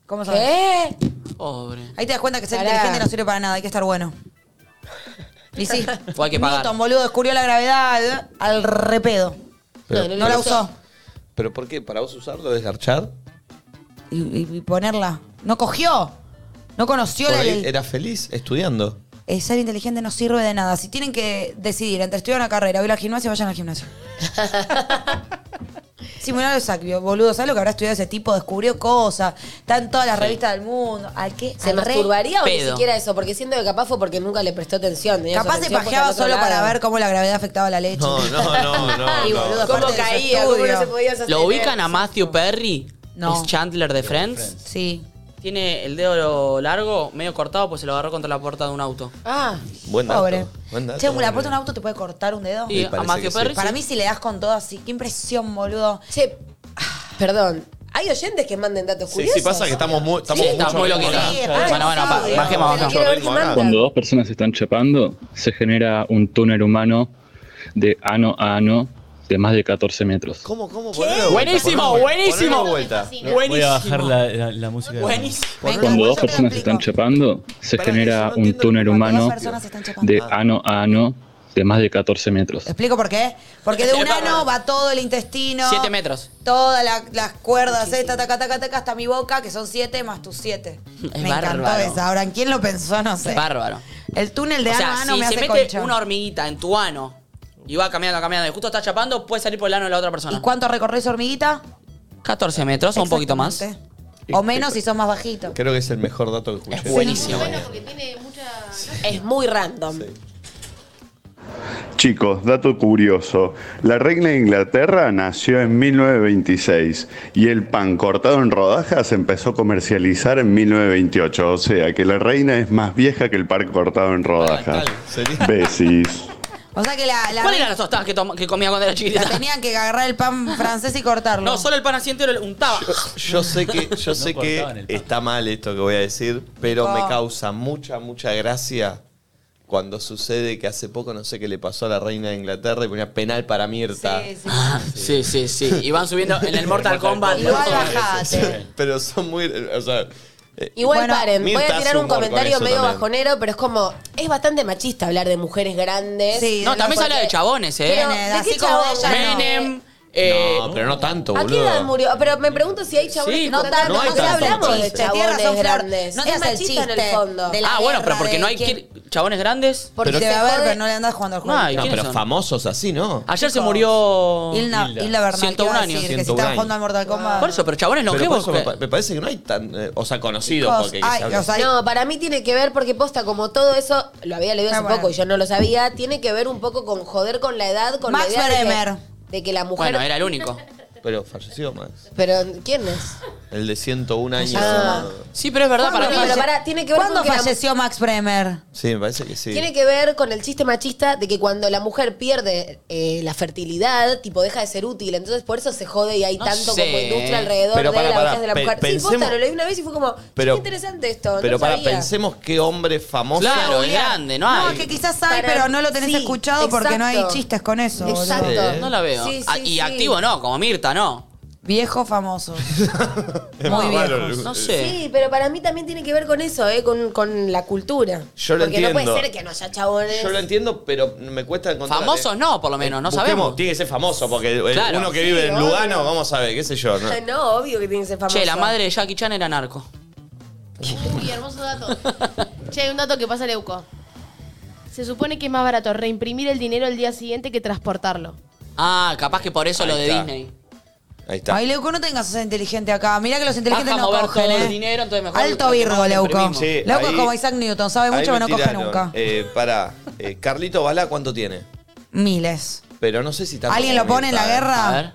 Speaker 3: ¿Cómo sabes? ¿Qué?
Speaker 2: Pobre.
Speaker 3: Ahí te das cuenta que ser
Speaker 4: Pará.
Speaker 3: inteligente no sirve para nada, hay que estar bueno. Y sí.
Speaker 2: O hay que pagar.
Speaker 3: Newton, boludo, descubrió la gravedad al repedo.
Speaker 1: Pero-
Speaker 3: no la usó.
Speaker 1: ¿Pero por qué? ¿Para vos usarlo desgarchar?
Speaker 3: Y, y- y ponerla. No cogió. No conoció
Speaker 1: Por
Speaker 3: la
Speaker 1: ahí
Speaker 3: ley.
Speaker 1: era feliz estudiando.
Speaker 3: Eh, ser inteligente no sirve de nada. Si tienen que decidir entre estudiar una carrera o ir al gimnasio, vayan al gimnasio. sí, mirá lo sacrio, boludo. ¿Sabes lo que habrá estudiado ese tipo? Descubrió cosas. Está en todas las revistas del mundo. ¿Al qué?
Speaker 4: ¿Se
Speaker 3: Al re-
Speaker 4: masturbaría o ni
Speaker 2: pedo.
Speaker 4: siquiera eso? Porque siento que capaz fue porque nunca le prestó atención. tenía su
Speaker 3: Capaz se
Speaker 4: atención puesta
Speaker 3: pajeaba
Speaker 4: en otro
Speaker 3: solo para
Speaker 4: lado.
Speaker 3: ver cómo la gravedad afectaba la leche.
Speaker 1: No, no, no, no.
Speaker 3: Y
Speaker 1: no.
Speaker 3: boludo,
Speaker 4: ¿Cómo
Speaker 3: aparte de su
Speaker 4: caía? ¿Cómo no se
Speaker 3: estudio.
Speaker 4: podía sostener?
Speaker 2: ¿Lo ubican a Matthew Perry?
Speaker 3: No.
Speaker 2: Es Chandler de Friends.
Speaker 3: Sí.
Speaker 2: Tiene el dedo largo, medio cortado, pues se lo agarró contra la puerta de un auto.
Speaker 3: Ah,
Speaker 1: Buen dato.
Speaker 3: pobre.
Speaker 1: Buen dato.
Speaker 3: Che, la puerta de un auto te puede cortar un dedo.
Speaker 2: Sí,
Speaker 1: Sí,
Speaker 2: a
Speaker 1: parece
Speaker 2: Matthew
Speaker 1: que sí.
Speaker 2: Perry.
Speaker 3: Para
Speaker 2: sí.
Speaker 3: mí, si le das con todo así, qué impresión, boludo.
Speaker 4: Che, perdón. Hay oyentes que manden datos
Speaker 1: Sí,
Speaker 4: curiosos.
Speaker 1: sí, pasa que estamos muy, estamos
Speaker 2: Sí, está
Speaker 1: mucho
Speaker 2: muy
Speaker 1: ritmo
Speaker 2: loquito.
Speaker 1: acá.
Speaker 3: ah,
Speaker 2: Bueno, bueno, pa-
Speaker 3: sí,
Speaker 2: bajemos,
Speaker 4: Pero
Speaker 2: bajemos.
Speaker 4: quiero ver qué
Speaker 1: Ritmo, nada.
Speaker 4: mandan.
Speaker 12: Cuando dos personas están chapando, se genera un túnel humano de ano a ano de más de 14 metros.
Speaker 1: ¿Cómo, cómo? Ponelo de vuelta,
Speaker 2: Buenísimo,
Speaker 1: ponelo de vuelta,
Speaker 2: buenísimo.
Speaker 1: ponelo de vuelta.
Speaker 5: Voy a bajar
Speaker 2: Buenísimo.
Speaker 5: la, la- la música. de-
Speaker 2: Buenísimo.
Speaker 12: Cuando dos personas están chapando, se
Speaker 1: Pará, yo
Speaker 12: genera
Speaker 1: no
Speaker 12: un
Speaker 1: entiendo
Speaker 12: túnel
Speaker 1: cuando
Speaker 12: humano
Speaker 3: dos personas están chapando.
Speaker 12: de ano a ano de más de 14 metros.
Speaker 3: ¿Te explico por qué? Porque de un ano va todo el intestino.
Speaker 2: Siete metros.
Speaker 3: Todas la- las cuerdas, esta, taca, taca, taca, hasta mi boca, que son siete más tus siete.
Speaker 2: Es
Speaker 3: me encantó
Speaker 2: bárbaro.
Speaker 3: esa. Ahora, ¿quién lo pensó? No sé.
Speaker 2: Bárbaro.
Speaker 3: El túnel de
Speaker 2: o
Speaker 3: ano
Speaker 2: sea,
Speaker 3: a ano
Speaker 2: si
Speaker 3: me
Speaker 2: se
Speaker 3: hace
Speaker 2: mete
Speaker 3: concha.
Speaker 2: una hormiguita en tu ano y va caminando, caminando, y justo está chapando, puede salir por el ano de la otra
Speaker 3: ¿Y
Speaker 2: persona.
Speaker 3: cuánto recorres, hormiguita?
Speaker 2: 14 metros o un poquito más.
Speaker 3: Exactamente. O menos si sos más bajito.
Speaker 1: Creo que es el mejor dato que escuché.
Speaker 2: Buenísimo.
Speaker 4: Es muy random.
Speaker 13: Chicos, dato curioso. La reina de Inglaterra nació en 1926 y el pan cortado en rodajas se empezó a comercializar en 1928. O sea que la reina es más vieja que el pan cortado en rodajas.
Speaker 1: Sería-
Speaker 13: Besis.
Speaker 3: O sea que la, la-
Speaker 2: ¿Cuáles eran las tostadas que, tom- que comía cuando era
Speaker 3: la
Speaker 2: chiquita?
Speaker 3: tenían que agarrar el pan francés y cortarlo.
Speaker 2: No, solo el pan así entero lo untaba.
Speaker 1: Yo sé que, yo sé
Speaker 5: cortaban
Speaker 1: que
Speaker 5: el pan.
Speaker 1: está mal esto que voy a decir, pero
Speaker 3: No.
Speaker 1: me causa mucha, mucha gracia cuando sucede que hace poco no sé qué le pasó a la reina de Inglaterra y ponía penal para Mirta.
Speaker 3: Sí, sí.
Speaker 2: Sí, sí, sí. Y van subiendo en el Mortal Kombat.
Speaker 3: Igual
Speaker 2: todo eso.
Speaker 5: ah,
Speaker 3: bajate.
Speaker 1: Pero son muy. O sea. eh,
Speaker 4: Igual
Speaker 3: Bueno,
Speaker 4: paren, voy
Speaker 1: Mirta
Speaker 4: a tirar
Speaker 1: hace
Speaker 4: un
Speaker 1: humor con
Speaker 4: comentario
Speaker 1: eso
Speaker 4: medio
Speaker 1: también.
Speaker 4: bajonero, pero es como, es bastante machista hablar de mujeres grandes.
Speaker 3: Sí,
Speaker 2: No, también se habla de
Speaker 4: chabón.
Speaker 2: chabones, ¿eh?
Speaker 4: Pero,
Speaker 3: Tiene,
Speaker 4: ¿de
Speaker 3: así
Speaker 4: qué
Speaker 3: como
Speaker 4: chabón?
Speaker 3: ella no.
Speaker 2: Menem. eh,
Speaker 1: no, pero no tanto,
Speaker 4: ¿A qué
Speaker 1: boludo.
Speaker 4: edad murió? Pero me pregunto si hay chabones
Speaker 2: Sí,
Speaker 4: que
Speaker 2: no
Speaker 4: están tan-
Speaker 1: tanto, no hay
Speaker 4: ¿por qué
Speaker 1: tanto
Speaker 4: hablamos de
Speaker 1: chiste.
Speaker 4: chabones
Speaker 3: Tienes razón, Flor.
Speaker 4: grandes.
Speaker 3: No te
Speaker 4: es
Speaker 3: hagas el
Speaker 4: machista en
Speaker 3: chiste
Speaker 4: el fondo.
Speaker 3: de la-
Speaker 2: ah, bueno, pero
Speaker 3: guerra
Speaker 2: porque no
Speaker 3: de
Speaker 2: hay
Speaker 3: quién-
Speaker 2: que- chabones grandes.
Speaker 4: Porque
Speaker 1: Pero-
Speaker 4: se
Speaker 3: Debe haber,
Speaker 4: jode-
Speaker 3: pero no le andás jugando al
Speaker 2: No,
Speaker 3: juego.
Speaker 2: hay-
Speaker 1: No,
Speaker 2: ¿Quiénes
Speaker 1: pero
Speaker 2: son?
Speaker 1: famosos así, ¿no?
Speaker 2: Ayer se murió.
Speaker 3: Hilda,
Speaker 5: Hilda.
Speaker 3: Hilda Bernal, ¿qué iba a
Speaker 2: 101
Speaker 3: decir? Que si
Speaker 1: 101
Speaker 3: estaba jugando al Mortal Kombat.
Speaker 2: Por eso, pero chabones no
Speaker 1: Pero por
Speaker 2: jevos.
Speaker 1: eso me, pa- me parece que no hay tan. eh, o sea, conocidos.
Speaker 3: Chicos,
Speaker 1: Porque
Speaker 3: ay,
Speaker 1: se habla-
Speaker 3: o sea,
Speaker 4: No, para mí tiene que ver porque posta, como todo eso, lo había leído
Speaker 3: Ah,
Speaker 4: hace
Speaker 3: bueno.
Speaker 4: poco y yo no lo sabía, tiene que ver un poco con joder con la edad, con
Speaker 3: Max
Speaker 4: la idea
Speaker 3: Beremer.
Speaker 4: de que, de que la mujer. eh.
Speaker 2: Bueno, era el único.
Speaker 1: pero falleció Max.
Speaker 4: Pero, ¿quién es?
Speaker 1: El de 101 años.
Speaker 4: Ah.
Speaker 2: Sí, pero es verdad, para mí.
Speaker 4: Bueno, pero pará, Ah, tiene que ver
Speaker 3: ¿Cuándo
Speaker 4: con que la-
Speaker 3: falleció Max Bremer?
Speaker 1: Sí, me parece que sí.
Speaker 4: Tiene que ver con el chiste machista de que cuando la mujer pierde eh, la fertilidad, tipo, deja de ser útil. Entonces, por eso se jode y hay
Speaker 2: No
Speaker 4: tanto
Speaker 2: sé.
Speaker 4: como industria alrededor
Speaker 1: Pero
Speaker 4: de
Speaker 1: pará,
Speaker 4: la
Speaker 1: pará,
Speaker 4: vejez de la
Speaker 1: pe-
Speaker 4: mujer.
Speaker 1: pensemos-
Speaker 4: sí, posta, lo leí una vez y fue como,
Speaker 1: Pero-
Speaker 4: qué interesante esto.
Speaker 1: Pero
Speaker 4: no
Speaker 1: para,
Speaker 4: sabía.
Speaker 1: pensemos qué hombre famoso.
Speaker 2: Claro, es grande, no
Speaker 3: No,
Speaker 2: hay.
Speaker 3: es que quizás hay,
Speaker 4: Para-
Speaker 3: pero no lo tenés
Speaker 4: sí,
Speaker 3: escuchado porque no hay
Speaker 4: exacto.
Speaker 3: chistes con eso. boludo.
Speaker 4: Exacto.
Speaker 1: Sí.
Speaker 2: No la veo.
Speaker 4: Sí, sí,
Speaker 2: Ah, y
Speaker 4: sí.
Speaker 2: activo no, como Mirta, no.
Speaker 3: Viejos famosos. Muy viejos.
Speaker 2: No sé.
Speaker 4: Sí, pero para mí también tiene que ver con eso, ¿eh? con, con la cultura.
Speaker 1: Yo lo
Speaker 4: Porque no
Speaker 1: entiendo.
Speaker 4: puede ser que no haya chabones.
Speaker 1: Yo lo entiendo, pero me cuesta encontrar.
Speaker 2: Famosos
Speaker 1: eh.
Speaker 2: no, por lo menos, no
Speaker 1: Busquemos,
Speaker 2: sabemos.
Speaker 1: Tiene que ser famoso, porque eh,
Speaker 2: Claro.
Speaker 1: uno que
Speaker 4: Sí,
Speaker 1: vive en
Speaker 4: obvio.
Speaker 1: Lugano, vamos a ver, qué sé yo. ¿no?
Speaker 4: Ay, No, obvio que tiene que ser famoso.
Speaker 2: Che, la madre de Jackie Chan era narco.
Speaker 6: Uy, hermoso dato. Che, un dato que pasa Leuco. Se supone que es más barato reimprimir el dinero el día siguiente que transportarlo.
Speaker 2: Ah, capaz que por eso
Speaker 1: Ahí
Speaker 2: lo de
Speaker 1: está.
Speaker 2: Disney.
Speaker 1: Ahí está.
Speaker 3: Ay, Leuco, no tengas esa inteligente acá. Mirá que los inteligentes
Speaker 2: Baja
Speaker 3: no
Speaker 2: mover
Speaker 3: cogen,
Speaker 2: todo el
Speaker 3: eh.
Speaker 2: dinero, entonces mejor
Speaker 3: Alto
Speaker 2: lo que
Speaker 3: virgo,
Speaker 2: más le
Speaker 3: Leuco.
Speaker 2: imprimimos.
Speaker 1: Sí,
Speaker 3: Leuco es
Speaker 1: ahí-
Speaker 3: como Isaac Newton, sabe
Speaker 1: Ahí
Speaker 3: mucho
Speaker 1: me
Speaker 3: pero no coge
Speaker 1: tiraron.
Speaker 3: nunca.
Speaker 1: Eh, pará. Eh, Carlito Balá, ¿cuánto tiene?
Speaker 3: Miles.
Speaker 1: Pero no sé si tanto
Speaker 3: ¿Alguien lo
Speaker 1: como
Speaker 3: pone en la
Speaker 1: Mirta, eh.
Speaker 2: A
Speaker 3: guerra?
Speaker 2: ver.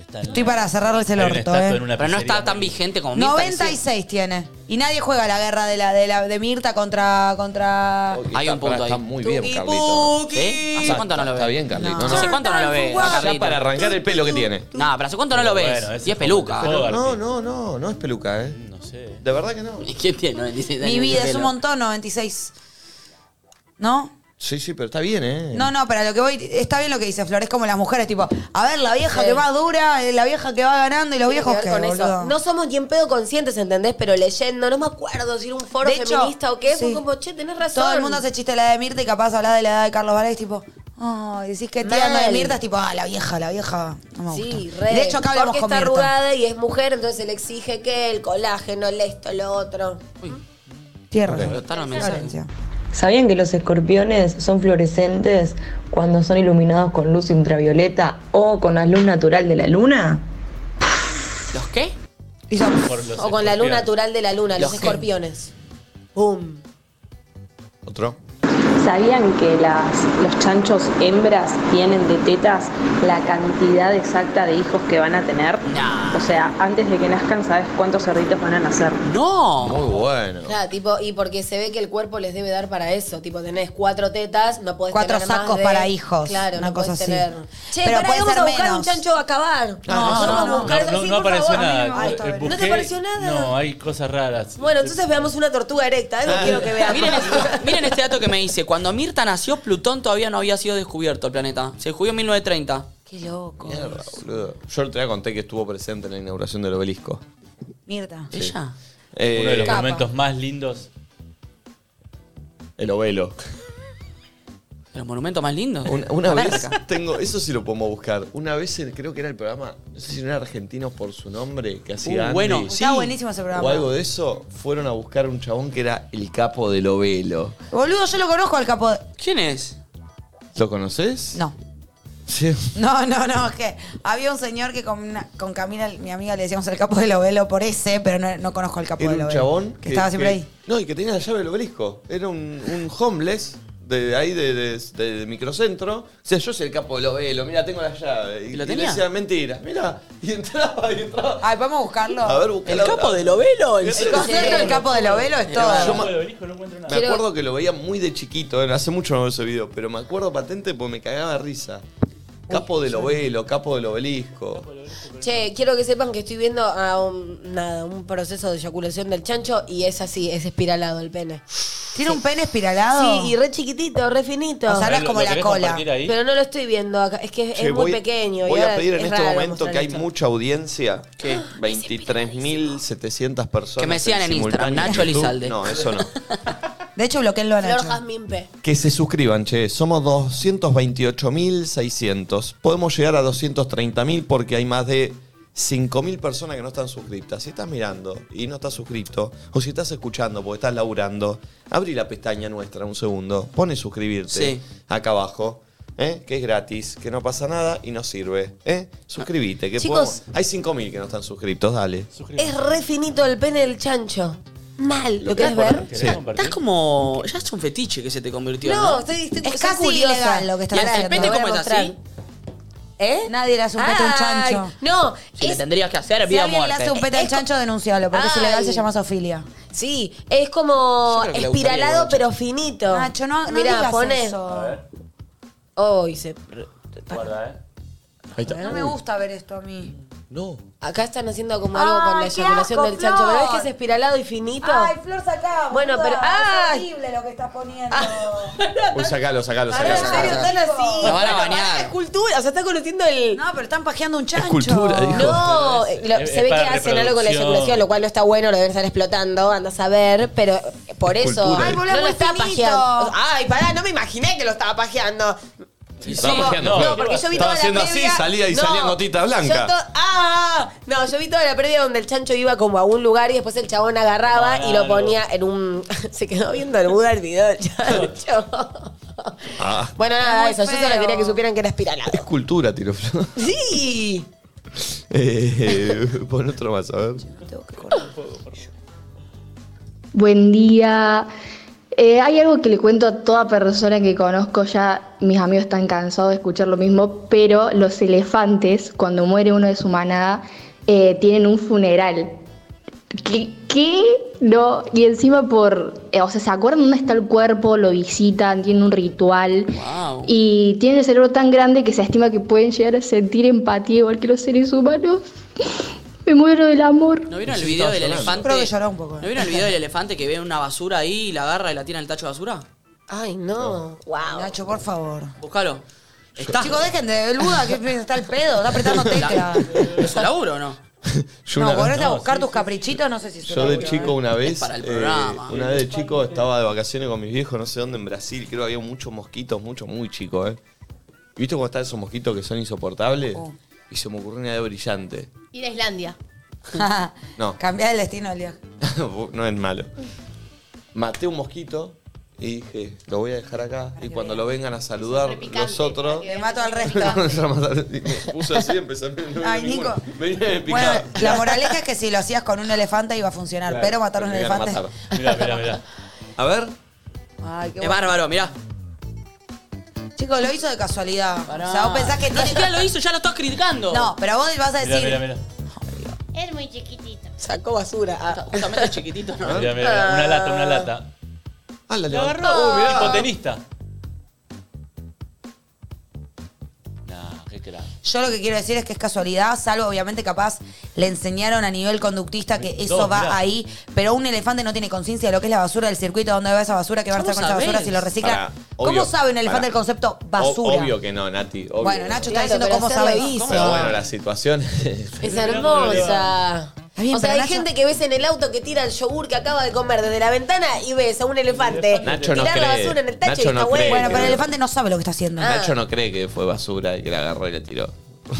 Speaker 2: está.
Speaker 3: Estoy para cerrarles el
Speaker 2: Hay una
Speaker 3: orto,
Speaker 2: estatua
Speaker 3: eh.
Speaker 2: en una Pero no está tan vigente como Mirta,
Speaker 3: 96 tiene. Y nadie juega la guerra de la de, la, de Mirta contra. contra...
Speaker 2: Hay un punto ahí.
Speaker 1: Está muy bien, Carlito.
Speaker 3: Tuki-puki.
Speaker 2: ¿Sí? ¿Hace cuánto no lo ve?
Speaker 1: Está bien, Carlito.
Speaker 2: No. ¿Hace cuánto no lo ve? a
Speaker 1: Ya
Speaker 2: Carlito?
Speaker 1: para arrancar el pelo que tiene.
Speaker 2: No, pero ¿hace cuánto no lo ves?
Speaker 1: Bueno, ese
Speaker 2: y es peluca.
Speaker 1: Pero no, no, no, no es peluca, ¿eh? No sé. De verdad que no.
Speaker 2: ¿Qué tiene? 96
Speaker 3: Mi vida es un montón, 96. ¿No?
Speaker 1: Sí, sí, pero está bien, ¿eh?
Speaker 3: No, no, pero a lo que voy, está bien lo que dice Flor, es como las mujeres, tipo, a ver, la vieja que va dura, eh, la vieja que va ganando y los
Speaker 4: Tiene
Speaker 3: viejos
Speaker 4: que
Speaker 3: que,
Speaker 4: ver con eso.
Speaker 3: boludo.
Speaker 4: No somos ni en pedo conscientes, ¿entendés? Pero leyendo, no me acuerdo si era un foro
Speaker 3: De hecho,
Speaker 4: feminista o qué. Fue
Speaker 3: sí.
Speaker 4: como, che, tenés razón.
Speaker 3: Todo el mundo hace chiste de la de Mirta y capaz habla de la edad de Carlos Vargas, tipo, ay, decís que te
Speaker 4: Mal.
Speaker 3: habla de Mirta, es tipo, ah, la vieja, la vieja. No me gusta.
Speaker 4: Sí, re.
Speaker 3: de hecho, acá hablamos
Speaker 4: Porque
Speaker 3: con
Speaker 4: está
Speaker 3: Mirta.
Speaker 4: arrugada y es mujer, entonces se le exige que el colágeno, el esto, lo otro.
Speaker 3: Tierra.
Speaker 14: ¿Sabían que los escorpiones son fluorescentes cuando son iluminados con luz ultravioleta o con la luz natural de la luna?
Speaker 2: ¿Los qué?
Speaker 4: o con la luz natural de la luna, los,
Speaker 14: Los que-
Speaker 4: escorpiones. Boom.
Speaker 1: Otro.
Speaker 14: ¿Sabían que las, los chanchos hembras tienen de tetas la cantidad exacta de hijos que van a tener? O sea, antes de que nazcan, ¿sabes cuántos cerditos van a nacer?
Speaker 2: ¡No!
Speaker 1: Muy bueno.
Speaker 4: Claro, tipo, y porque se ve que el cuerpo les debe dar para eso. Tipo, tenés cuatro tetas, no podés
Speaker 3: Cuatro
Speaker 4: tener más
Speaker 3: sacos
Speaker 4: de-
Speaker 3: para hijos,
Speaker 4: Claro,
Speaker 3: una
Speaker 4: no
Speaker 3: cosa
Speaker 4: podés
Speaker 3: así.
Speaker 4: tener. Che,
Speaker 3: Pero
Speaker 4: pará,
Speaker 3: puede
Speaker 4: vamos
Speaker 3: ser
Speaker 4: a buscar un
Speaker 3: menos.
Speaker 4: chancho a acabar.
Speaker 5: No,
Speaker 4: Vamos a
Speaker 5: no,
Speaker 4: buscar
Speaker 5: no,
Speaker 4: eso,
Speaker 5: no,
Speaker 4: sí,
Speaker 5: no
Speaker 4: por
Speaker 5: apareció
Speaker 4: favor.
Speaker 5: nada.
Speaker 4: Ay, está
Speaker 5: Eh,
Speaker 4: bien. ¿No
Speaker 5: busqué-
Speaker 4: te pareció nada?
Speaker 5: No, hay cosas raras.
Speaker 4: Bueno, entonces veamos una tortuga erecta. Algo quiero que veamos.
Speaker 2: Miren, esto- miren este dato que me dice. Cuando Mirta nació, Plutón todavía no había sido descubierto el planeta. Se descubrió en 1930.
Speaker 4: Qué loco.
Speaker 1: Mierda, boludo. Yo el otro día conté que estuvo presente en la inauguración del obelisco.
Speaker 3: Mirta.
Speaker 1: Sí.
Speaker 2: ¿Ella?
Speaker 1: Eh,
Speaker 5: Uno de los
Speaker 1: Capa.
Speaker 5: momentos más lindos.
Speaker 1: El ovelo.
Speaker 2: ¿Los monumentos más lindos?
Speaker 1: Una, una vez tengo, eso sí lo podemos buscar. Una vez en- creo que era el programa, no sé si no era Argentinos por su nombre, que hacía.
Speaker 2: Uh,
Speaker 1: Andy,
Speaker 2: bueno,
Speaker 3: Está buenísimo ese programa.
Speaker 1: O algo de eso, fueron a buscar un chabón que era el capo del ovelo.
Speaker 3: Boludo, yo lo conozco al capo. de-
Speaker 2: ¿Quién es?
Speaker 1: ¿Lo conoces?
Speaker 3: No.
Speaker 1: Sí.
Speaker 3: No, no, no, es que había un señor que con, una- con Camila, mi amiga, le decíamos el capo del ovelo por ese, pero no, no conozco al capo
Speaker 1: Era
Speaker 3: del
Speaker 1: un
Speaker 3: ovelo.
Speaker 1: chabón
Speaker 3: que, estaba siempre ahí.
Speaker 1: No, y que tenía la llave del obelisco. Era un, un homeless de ahí de, de- de- de microcentro. O sea, yo soy el capo del ovelo, mira, tengo la llave. Y,
Speaker 2: lo
Speaker 1: y
Speaker 2: tenía?
Speaker 1: le decía mentira. Mira, y entraba y entraba.
Speaker 3: Ay, ¿podemos buscarlo?
Speaker 1: A ver, buscalo.
Speaker 2: ¿El capo del ovelo? ¿En
Speaker 1: El
Speaker 2: serio?
Speaker 3: concepto del capo del ovelo es todo.
Speaker 1: Yo me- me acuerdo que lo veía muy de chiquito, eh, hace mucho no veo ese video, pero me acuerdo patente porque me cagaba de risa. Capo del ovelo, capo del obelisco.
Speaker 4: Che, quiero que sepan que estoy viendo a un, nada, un proceso de eyaculación del chancho y es así, es espiralado el pene.
Speaker 3: ¿Tiene un pene espiralado?
Speaker 4: Sí, y re chiquitito, re finito.
Speaker 3: O sea, no es ¿Lo- como lo la querés cola. compartir ahí?
Speaker 4: Pero no lo estoy viendo acá, es que es-
Speaker 1: Che,
Speaker 4: es muy
Speaker 1: voy-
Speaker 4: pequeño. y
Speaker 1: Voy
Speaker 4: ahora
Speaker 1: a pedir en
Speaker 4: es
Speaker 1: este
Speaker 4: raro
Speaker 1: momento
Speaker 4: mostrar
Speaker 1: que hay
Speaker 4: esto.
Speaker 1: mucha audiencia. 23.700 personas.
Speaker 2: Que me sigan en
Speaker 1: simultáneo
Speaker 2: Instagram,
Speaker 1: YouTube.
Speaker 2: Nacho Elizalde.
Speaker 1: No, eso no.
Speaker 3: De hecho, bloqueenlo a
Speaker 4: Flor
Speaker 3: Nacho.
Speaker 4: Jazmín P.
Speaker 1: Que se suscriban, che. Somos 228.600. Podemos llegar a 230.000 porque hay más de 5.000 personas que no están suscriptas. Si estás mirando y no estás suscrito, o si estás escuchando porque estás laburando, abrí la pestaña nuestra un segundo, pone suscribirte
Speaker 2: Sí.
Speaker 1: acá abajo. ¿eh? Que es gratis, que no pasa nada y nos sirve. ¿eh? Suscribite, que
Speaker 4: Chicos.
Speaker 1: podemos- Hay 5.000 que no están suscritos, dale.
Speaker 4: Es re finito el pene del chancho. Mal, ¿lo, querés ver?
Speaker 1: Sí.
Speaker 2: Estás como. Ya es un fetiche que se te convirtió.
Speaker 4: No,
Speaker 2: No,
Speaker 4: estoy, estoy-
Speaker 3: Es
Speaker 4: soy
Speaker 3: casi
Speaker 4: curiosa.
Speaker 3: ilegal lo que estás
Speaker 2: ¿Y el
Speaker 3: haciendo.
Speaker 2: pene
Speaker 3: Te voy a
Speaker 2: cómo es
Speaker 3: mostrar.
Speaker 2: así?
Speaker 4: ¿Eh?
Speaker 3: Nadie le hace un pete a un
Speaker 4: Ay,
Speaker 3: chancho.
Speaker 4: No,
Speaker 2: Si le
Speaker 4: es-
Speaker 2: tendrías que hacer,
Speaker 3: Si
Speaker 2: vida o
Speaker 3: alguien le
Speaker 2: muerte.
Speaker 3: hace un pete al chancho, denuncialo, porque si
Speaker 4: Ay.
Speaker 3: es ilegal se llama sofilia.
Speaker 4: sí, es como
Speaker 3: Yo creo que le gustaría
Speaker 4: espiralado
Speaker 3: igual,
Speaker 4: pero finito.
Speaker 3: Nacho, no, no
Speaker 4: Mirá,
Speaker 3: digas
Speaker 4: poné.
Speaker 3: eso.
Speaker 4: Oh, y se-
Speaker 1: Ahí
Speaker 3: No me gusta ver esto a mí.
Speaker 1: No.
Speaker 4: Acá están haciendo como algo con
Speaker 3: Ay,
Speaker 4: la
Speaker 3: qué
Speaker 4: eyaculación
Speaker 3: asco,
Speaker 4: del chancho. ¿Pero ves que
Speaker 3: Flor.
Speaker 4: es espiralado y finito?
Speaker 3: Ay, Flor, sacá.
Speaker 4: Bueno,
Speaker 3: boluda,
Speaker 4: pero- ¡Ay!
Speaker 3: Es horrible lo que estás poniendo.
Speaker 1: Uy, sacalo, sacalo,
Speaker 4: Pará,
Speaker 1: sacalo.
Speaker 4: en serio,
Speaker 1: sacalo.
Speaker 4: están así.
Speaker 2: Lo van a
Speaker 4: Bueno,
Speaker 2: bañar.
Speaker 4: pará, Es cultura, o sea, está conociendo el...
Speaker 3: No, pero están pajeando un chancho.
Speaker 1: cultura, dijo.
Speaker 4: No, eh, lo-
Speaker 5: Es-
Speaker 4: se
Speaker 5: es
Speaker 4: ve que hacen algo con la
Speaker 5: para reproducción.
Speaker 4: eyaculación, lo cual no está bueno, lo deben estar explotando, anda a saber, pero eh, por
Speaker 1: Es
Speaker 4: eso
Speaker 1: cultura. Ay,
Speaker 3: boludo,
Speaker 4: no lo
Speaker 3: muy
Speaker 4: estaba
Speaker 3: finito.
Speaker 4: pajeando. Ay, pará, no me imaginé que lo estaba pajeando.
Speaker 1: Estaba
Speaker 4: Tipo,
Speaker 1: pajeando,
Speaker 4: no,
Speaker 1: Flor.
Speaker 4: porque yo
Speaker 1: Estaba
Speaker 4: vi toda la
Speaker 1: haciendo así,
Speaker 4: previa-
Speaker 1: salía y salía gotita blanca.
Speaker 4: yo to- ah, no, yo vi toda la previa donde el chancho iba como a un lugar y después el chabón agarraba y lo
Speaker 5: Claro.
Speaker 4: ponía en un se quedó viendo el Buda el video del chancho.
Speaker 1: Ah,
Speaker 4: bueno, nada,
Speaker 3: Es
Speaker 4: eso,
Speaker 3: muy
Speaker 4: yo solo
Speaker 3: feo.
Speaker 4: quería que supieran que era espiralado.
Speaker 1: es cultura, tiro Flor.
Speaker 4: Sí.
Speaker 1: Eh, pon otro Ah. más, a ver.
Speaker 7: Buen día. Eh, hay algo que le cuento a toda persona que conozco, ya mis amigos están cansados de escuchar lo mismo, pero los elefantes, cuando muere uno de su manada, eh, tienen un funeral. ¿Qué? ¿Qué? No, y encima por, eh, o sea, se acuerdan dónde está el cuerpo, lo visitan, tienen un ritual y tienen el cerebro tan grande que se estima que pueden llegar a sentir empatía igual que los seres humanos. Me muero del amor.
Speaker 2: ¿No vieron el video del elefante?
Speaker 3: Creo que lloró un poco.
Speaker 2: ¿No vieron el video del elefante que ve una basura ahí y la agarra y la tira en el tacho de basura?
Speaker 4: Ay, no. Wow.
Speaker 3: Nacho, por favor.
Speaker 2: Búscalo. Está.
Speaker 3: Ah. Chicos, dejen de ver Buda, que está el pedo, está apretando tecla.
Speaker 2: ¿Es su laburo o no?
Speaker 1: Yo
Speaker 3: No,
Speaker 1: una-
Speaker 3: ponerte a buscar tus caprichitos, no sé si es
Speaker 1: Yo de
Speaker 3: laburo,
Speaker 1: chico
Speaker 3: ¿eh?
Speaker 1: una vez,
Speaker 2: para el
Speaker 1: eh,
Speaker 2: programa.
Speaker 1: una vez de chico estaba de vacaciones con mis viejos, no sé dónde, en Brasil, creo que había muchos mosquitos, muchos, muy chicos, ¿eh? ¿Viste cómo están esos mosquitos que son insoportables?
Speaker 3: Oh.
Speaker 1: Y se me ocurrió una idea brillante.
Speaker 6: Ir a Islandia.
Speaker 1: No,
Speaker 3: Cambiar ¿eh? el destino del viaje.
Speaker 1: no es malo. Maté un mosquito y dije, lo voy a dejar acá y cuando lo vengan a saludar los otros...
Speaker 3: Le mato al resto.
Speaker 1: Y me puse así, empecé a... no había
Speaker 3: Ay, Nico.
Speaker 1: ninguno. Venía de
Speaker 3: Bueno,
Speaker 1: picada.
Speaker 3: la moraleja es que si lo hacías con un elefante iba a funcionar,
Speaker 1: Claro,
Speaker 3: pero matar a un
Speaker 1: me iban a
Speaker 3: elefante.
Speaker 5: eh.
Speaker 1: matar. Mirá, mirá, mirá. A ver,
Speaker 3: Ay, qué
Speaker 2: Es
Speaker 3: bueno.
Speaker 2: bárbaro, mirá.
Speaker 3: Chicos, lo hizo de casualidad. O sea, vos pensás que
Speaker 2: No,
Speaker 3: tiene-
Speaker 2: si ya lo hizo, ya lo estás criticando.
Speaker 3: No, pero vos vas a decir.
Speaker 6: Es muy chiquitito.
Speaker 4: Sacó basura. Ah.
Speaker 2: Justamente chiquitito, ¿no?
Speaker 5: Mirá, mirá, mirá, Una lata, una lata.
Speaker 1: Ah, la
Speaker 5: Lo agarró. Uh, mirá. Tipo tenista. Nah, qué crack.
Speaker 3: Yo lo que quiero decir es que es casualidad, salvo obviamente capaz le enseñaron a nivel conductista que eso
Speaker 5: Dos,
Speaker 3: va
Speaker 5: mirá.
Speaker 3: ahí, pero un elefante no tiene conciencia de lo que es la basura del circuito, dónde va esa basura, qué va a
Speaker 2: ¿Cómo
Speaker 3: hacer con esa
Speaker 2: sabés?
Speaker 3: basura si lo recicla.
Speaker 1: Pará,
Speaker 3: ¿Cómo
Speaker 1: obvio,
Speaker 3: sabe un elefante
Speaker 1: pará.
Speaker 3: el concepto
Speaker 1: O-
Speaker 3: basura?
Speaker 1: obvio que no, Nati. obvio
Speaker 3: Bueno,
Speaker 1: que
Speaker 3: Nacho está
Speaker 4: Claro,
Speaker 3: diciendo
Speaker 4: pero
Speaker 3: cómo
Speaker 4: hacerlo
Speaker 3: sabe.
Speaker 4: hizo.
Speaker 1: Pero bueno, la situación.
Speaker 4: Es hermosa.
Speaker 3: bien,
Speaker 4: o sea, hay
Speaker 3: pero Nacho-
Speaker 4: gente que ves en el auto que tira el yogur que acaba de comer desde la ventana y ves a un elefante
Speaker 1: Nacho no
Speaker 4: tirar la
Speaker 1: cree.
Speaker 4: basura en el tacho
Speaker 1: Nacho
Speaker 4: y está
Speaker 1: no
Speaker 4: bueno.
Speaker 1: cree.
Speaker 3: Bueno, pero el elefante no sabe lo que está haciendo.
Speaker 1: Nacho no cree que fue basura y que la agarró y la tiró.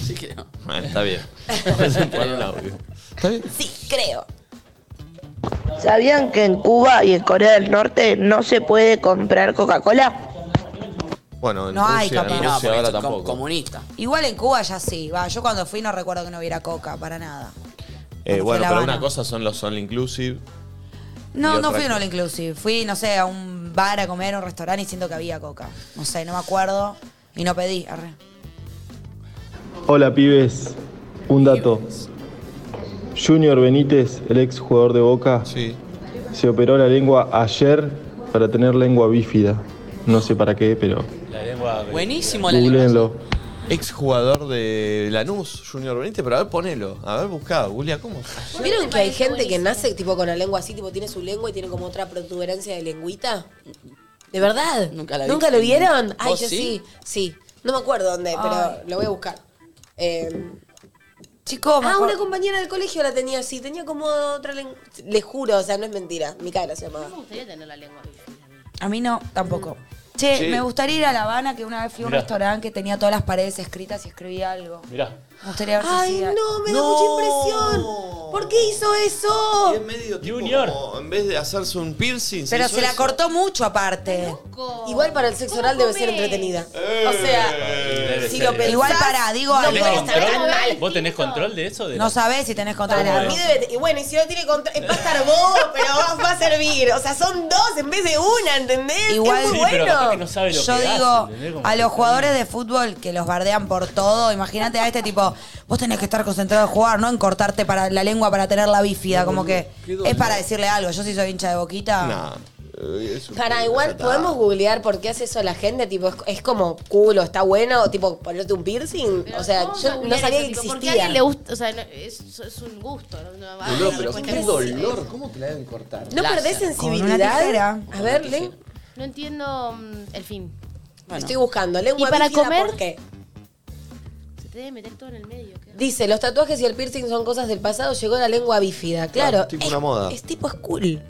Speaker 2: Sí que no.
Speaker 1: Bueno, está bien. Vamos a poner un audio. ¿Está bien?
Speaker 4: Sí, creo.
Speaker 15: ¿Sabían que en Cuba y en Corea del Norte no se puede comprar Coca-Cola?
Speaker 1: Bueno, en
Speaker 3: No hay,
Speaker 1: Rusia, en
Speaker 3: capaz.
Speaker 1: Rusia
Speaker 3: No, porque
Speaker 1: ahora
Speaker 2: son com-
Speaker 1: tampoco.
Speaker 2: comunista.
Speaker 3: Igual en Cuba ya sí, va, yo cuando fui no recuerdo que no hubiera coca, para nada.
Speaker 1: Eh,
Speaker 3: fui a
Speaker 1: bueno,
Speaker 3: La
Speaker 1: pero
Speaker 3: Habana.
Speaker 1: una cosa son los all inclusive.
Speaker 3: No,
Speaker 1: Y otra
Speaker 3: no fui a un
Speaker 1: cosa.
Speaker 3: all inclusive. Fui, no sé, a un bar a comer, a un restaurante y siento que había coca. No sé, no me acuerdo. Y no pedí. arre.
Speaker 16: Hola pibes, un dato. Junior Benítez, el ex jugador de
Speaker 1: Ah.
Speaker 16: Boca, se operó la lengua ayer para tener lengua bífida. No sé para qué, pero
Speaker 5: La lengua.
Speaker 2: Buenísimo la lengua.
Speaker 16: googleenlo.
Speaker 1: Ex jugador de Lanús, Junior Benítez, pero a ver, ponelo. A ver, buscá, Julia, ¿cómo?
Speaker 4: ¿Vieron que hay gente que nace tipo con la lengua así, tipo tiene su lengua y tiene como otra protuberancia de lengüita? ¿De verdad?
Speaker 2: Nunca la
Speaker 4: ¿Nunca
Speaker 2: vi.
Speaker 4: lo vieron?
Speaker 2: ¿Vos
Speaker 4: Ay,
Speaker 2: sí?
Speaker 4: yo sí? sí, No me acuerdo dónde,
Speaker 3: Ay.
Speaker 4: pero lo voy a buscar. Eh,
Speaker 3: Chicos, me
Speaker 4: ah,
Speaker 3: acuer-
Speaker 4: una compañera del colegio la tenía así, tenía como otra lengua. Les juro, o sea, no es mentira. Micaela se llamaba.
Speaker 6: Me gustaría tener la lengua bien.
Speaker 3: a mí no, tampoco. Che,
Speaker 5: Sí.
Speaker 3: me gustaría ir a La Habana, que una vez fui a un
Speaker 5: Mirá.
Speaker 3: restaurante que tenía todas las paredes escritas y escribí algo.
Speaker 5: Mirá.
Speaker 3: Me gustaría ver si
Speaker 4: Ay,
Speaker 3: hacía-
Speaker 4: no, me da mucha impresión. ¿Por qué hizo eso?
Speaker 1: Junior. en vez de hacerse un piercing,
Speaker 3: Oh. Pero se la cortó mucho aparte.
Speaker 4: Igual para el sexo oral debe ser entretenida.
Speaker 1: Eh.
Speaker 4: O sea,
Speaker 5: Debe
Speaker 4: si
Speaker 5: ser.
Speaker 4: lo pensás,
Speaker 3: Igual pará, digo
Speaker 4: no
Speaker 3: algo.
Speaker 5: ¿Tenés
Speaker 4: puede estar
Speaker 5: control?
Speaker 4: tan mal.
Speaker 5: ¿Vos tenés control de eso? De
Speaker 3: No
Speaker 5: la-
Speaker 3: sabés si tenés control.
Speaker 4: Para mí debe. Y bueno, y si no tiene control. Va a estar vos, pero va, va a servir. O sea, son dos en vez de una, ¿entendés?
Speaker 3: Igual-
Speaker 4: es muy
Speaker 3: Sí,
Speaker 4: bueno.
Speaker 3: pero capaz que
Speaker 5: no sabe lo
Speaker 3: Yo
Speaker 5: que
Speaker 3: digo,
Speaker 5: hace, ¿entendés? Como
Speaker 3: a
Speaker 5: que
Speaker 3: los
Speaker 5: está
Speaker 3: jugadores de fútbol que los bardean por todo, imagínate a este tipo, vos tenés que estar concentrado en jugar, no en cortarte para la lengua para tener la bífida, como que es para decirle algo. Yo si soy hincha de boquita.
Speaker 1: eh,
Speaker 4: Para igual, ¿podemos googlear por qué hace eso la gente? Tipo, es, es como culo, está bueno, o tipo, ponerte un piercing. o sea,
Speaker 6: ¿Cómo
Speaker 4: yo no
Speaker 6: googlear
Speaker 4: sabía
Speaker 6: eso,
Speaker 4: que
Speaker 6: tipo, porque a
Speaker 4: existía.
Speaker 6: alguien le gusta, o sea, no, es, es un gusto. No, No va a
Speaker 1: Boludo,
Speaker 6: dar
Speaker 1: pero
Speaker 6: cuenta
Speaker 1: qué
Speaker 6: que-
Speaker 1: dolor. ¿Cómo te la deben cortar?
Speaker 4: ¿No perdés sensibilidad? A ver, le-
Speaker 6: No entiendo mm, el fin.
Speaker 4: estoy buscando. Lengua
Speaker 6: ¿Y para
Speaker 4: bífida,
Speaker 6: comer?
Speaker 4: ¿por qué?
Speaker 6: Se te debe meter todo en el medio. ¿qué?
Speaker 4: Dice, los tatuajes y el piercing son cosas del pasado, llegó la lengua bífida. Claro,
Speaker 1: tipo una moda.
Speaker 4: es tipo es cool.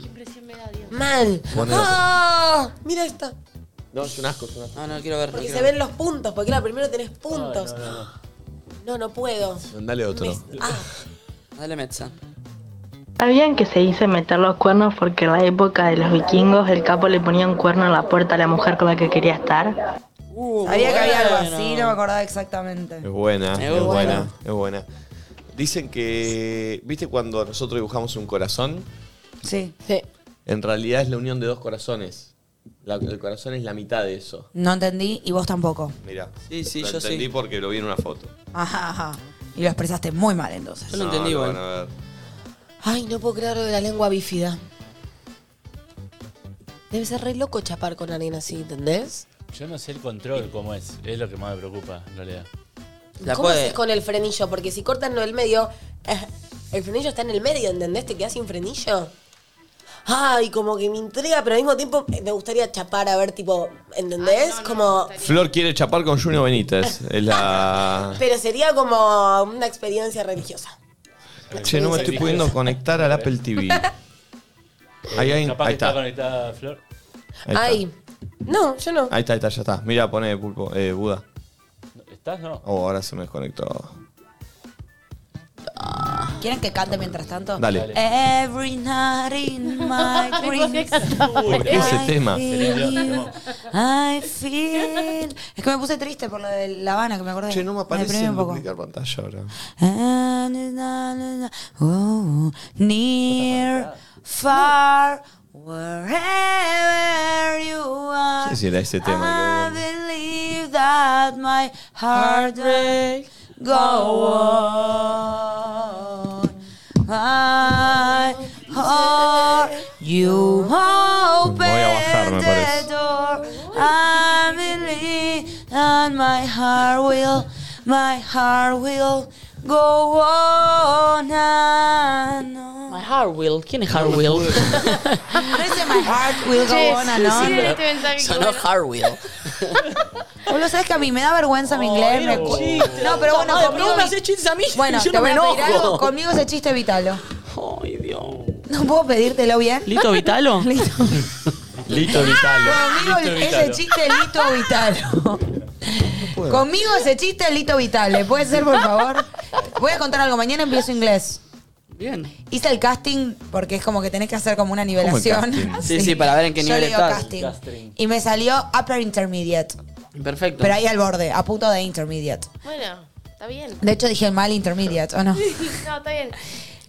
Speaker 6: Qué impresión me da, Dios.
Speaker 4: Mal.
Speaker 1: Ponelo.
Speaker 4: ¡Ah! Mira esta.
Speaker 1: No, es un asco, es un asco.
Speaker 2: No, no quiero ver.
Speaker 4: Porque se ven los puntos, porque claro, primero tenés puntos. no, no, puedo.
Speaker 1: Dale otro.
Speaker 4: Ah,
Speaker 2: Dale Metza.
Speaker 7: ¿Sabían que se dice meter los cuernos porque en la época de los vikingos el capo le ponía un cuerno en la puerta a la mujer con la que quería estar?
Speaker 3: Sabía que había algo
Speaker 2: bueno.
Speaker 3: así, no me acordaba exactamente.
Speaker 1: Es buena,
Speaker 2: Es
Speaker 1: es,
Speaker 2: buena.
Speaker 1: buena. es buena. Dicen que, ¿viste cuando nosotros dibujamos un corazón?
Speaker 3: Sí.
Speaker 1: en realidad es la unión de dos corazones. La- el corazón es la mitad de eso.
Speaker 3: No entendí y vos tampoco.
Speaker 1: Mirá.
Speaker 2: Sí, sí,
Speaker 1: lo
Speaker 2: yo
Speaker 1: entendí
Speaker 2: sí.
Speaker 1: porque lo vi en una foto.
Speaker 3: Ajá, ajá. Y lo expresaste muy mal entonces.
Speaker 2: Yo lo entendí,
Speaker 1: lo
Speaker 2: bueno.
Speaker 1: van a ver.
Speaker 4: Ay, no puedo creer lo de la lengua bífida. Debe ser re loco chapar con alguien así, ¿entendés?
Speaker 5: Yo no sé el control cómo es. Es lo que más me preocupa, en realidad.
Speaker 4: ¿Cómo haces con el frenillo? Porque si cortan no el medio, eh, el frenillo está en el medio, ¿entendés? ¿Te quedás sin frenillo? Ay, como que me intriga, pero al mismo tiempo eh, me gustaría chapar a ver, tipo, ¿entendés? como.
Speaker 1: Flor quiere chapar con Junio Benítez. Es la.
Speaker 4: Pero sería como una experiencia religiosa.
Speaker 1: Che, no me estoy pudiendo conectar al Apple TV. Ahí, hay-
Speaker 5: Capaz
Speaker 1: ahí
Speaker 5: que está.
Speaker 1: está.
Speaker 5: conectada Flor.
Speaker 1: Ahí está.
Speaker 4: Ay. No, yo no.
Speaker 1: Ahí está, ahí está, ya está. Mira, pone pulpo, eh, Buda.
Speaker 5: ¿Estás? No.
Speaker 1: Oh, ahora se me desconectó.
Speaker 3: ¿Quieren que cante mientras tanto?
Speaker 1: Dale.
Speaker 3: Every night in my dreams.
Speaker 1: ¿Por qué ese
Speaker 3: I
Speaker 1: tema?
Speaker 3: feel you, I feel. Es que me puse triste por lo de La Habana, que me acordé.
Speaker 1: Che, no me aparece
Speaker 3: deprimí
Speaker 1: en
Speaker 3: un poco.
Speaker 1: duplicar pantalla ahora.
Speaker 3: Ah, na, na, na, na. Oh, near, far, wherever you are.
Speaker 1: No sé si era ese
Speaker 3: I
Speaker 1: tema.
Speaker 3: believe that my heart will go on. I heart you open
Speaker 1: Voy a bajar, me
Speaker 3: the
Speaker 1: parece.
Speaker 3: door. I believe that my heart will, my heart will go on. and on.
Speaker 2: My heart will. ¿Quién es Hard Will?
Speaker 3: My heart will go on and on.
Speaker 6: este
Speaker 2: Sonó Hard Will.
Speaker 3: Vos lo sabes que a mí me da vergüenza mi inglés. me cu- no, pero bueno,
Speaker 2: Madre,
Speaker 3: conmigo
Speaker 2: ¿por qué me
Speaker 3: vi-
Speaker 2: haces chistes a mí?
Speaker 3: Bueno,
Speaker 2: Yo
Speaker 3: te
Speaker 2: no
Speaker 3: voy
Speaker 2: me
Speaker 3: a pedir
Speaker 2: enojo.
Speaker 3: algo. Conmigo ese chiste evítalo.
Speaker 2: Ay, Dios.
Speaker 3: ¿No puedo pedírtelo bien?
Speaker 2: ¿Lito Vitalo?
Speaker 3: Lito.
Speaker 4: Ah,
Speaker 5: Lito Vitalo.
Speaker 3: Conmigo
Speaker 5: Lito
Speaker 3: ese
Speaker 5: Vitalo.
Speaker 3: chiste Lito Vitalo. Conmigo ese chiste Lito Vitale. ¿Puede ser, por favor? Voy a contar algo. Mañana empiezo inglés.
Speaker 2: Bien.
Speaker 3: Hice el casting porque es como que tenés que hacer como una nivelación.
Speaker 2: Sí, sí, para ver en qué
Speaker 3: Yo
Speaker 2: nivel
Speaker 3: le digo
Speaker 2: estás.
Speaker 3: casting. Y me salió upper intermediate.
Speaker 2: Perfecto.
Speaker 3: Pero ahí al borde, a punto de intermediate.
Speaker 6: Bueno, está bien.
Speaker 3: De hecho dije mal intermediate, ¿o no?
Speaker 6: No, está bien.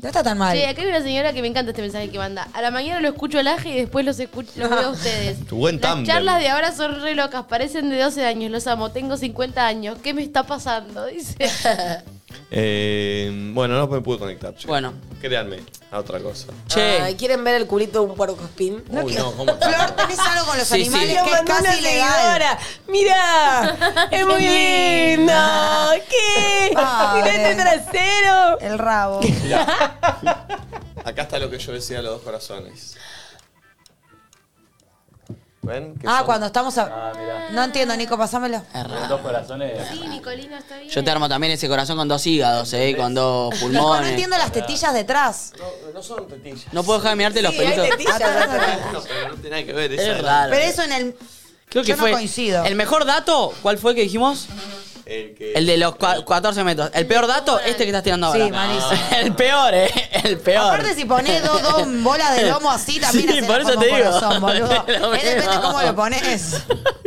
Speaker 3: No está tan mal.
Speaker 6: Che, acá hay una señora que me encanta este mensaje que manda. A la mañana lo escucho al aje y después los, escucho, los veo a ustedes.
Speaker 1: Tu buen
Speaker 6: Las
Speaker 1: tándem.
Speaker 6: charlas de ahora son re locas, parecen de 12 años, los amo, tengo 50 años, ¿qué me está pasando? Dice.
Speaker 1: Eh, bueno, no me pude conectar, che.
Speaker 2: Bueno.
Speaker 1: Créanme, a otra cosa.
Speaker 4: Ay, ¿quieren ver el culito de un puerco espín?
Speaker 1: Uy, no, ¿cómo está?
Speaker 3: Flor, tenés algo con los
Speaker 1: Sí, sí.
Speaker 3: animales
Speaker 1: Lo
Speaker 3: que es casi ilegal.
Speaker 4: Mira, es muy lindo. ¿Qué?
Speaker 3: Pobre.
Speaker 4: Mira este trasero.
Speaker 3: El rabo.
Speaker 1: Acá está lo que yo decía, los dos corazones. ¿Ven? Que
Speaker 3: Ah,
Speaker 1: son-
Speaker 3: cuando estamos a...
Speaker 5: mirá.
Speaker 3: No entiendo, Nico, pasámelo.
Speaker 5: Los dos corazones.
Speaker 6: Sí, Nicolino está bien.
Speaker 2: Yo te armo también ese corazón con dos hígados, eh, con dos
Speaker 3: Nico, no
Speaker 2: pulmones.
Speaker 3: entiendo las tetillas detrás.
Speaker 1: No, no son tetillas.
Speaker 2: No puedo dejar de mirarte los
Speaker 3: Sí,
Speaker 2: pelitos.
Speaker 3: hay
Speaker 4: Ah,
Speaker 3: tetillas detrás.
Speaker 1: No, pero no tiene nada que ver.
Speaker 2: Es
Speaker 1: esa era-
Speaker 2: raro.
Speaker 3: Pero eso en el...
Speaker 2: Creo que
Speaker 3: yo no
Speaker 2: fue.
Speaker 3: coincido.
Speaker 2: El mejor dato, ¿cuál fue que dijimos?
Speaker 1: El que...
Speaker 2: El de los cua- 14 metros. El peor dato, este que estás tirando ahora.
Speaker 3: Sí, malísimo.
Speaker 2: El peor, eh. El peor.
Speaker 3: Aparte, si ponés dos, dos bolas de lomo así, también
Speaker 2: Sí,
Speaker 3: haces
Speaker 2: por eso
Speaker 3: como
Speaker 2: te digo.
Speaker 3: corazón, boludo.
Speaker 2: Es lo
Speaker 3: Es depende
Speaker 2: mismo.
Speaker 3: cómo lo ponés.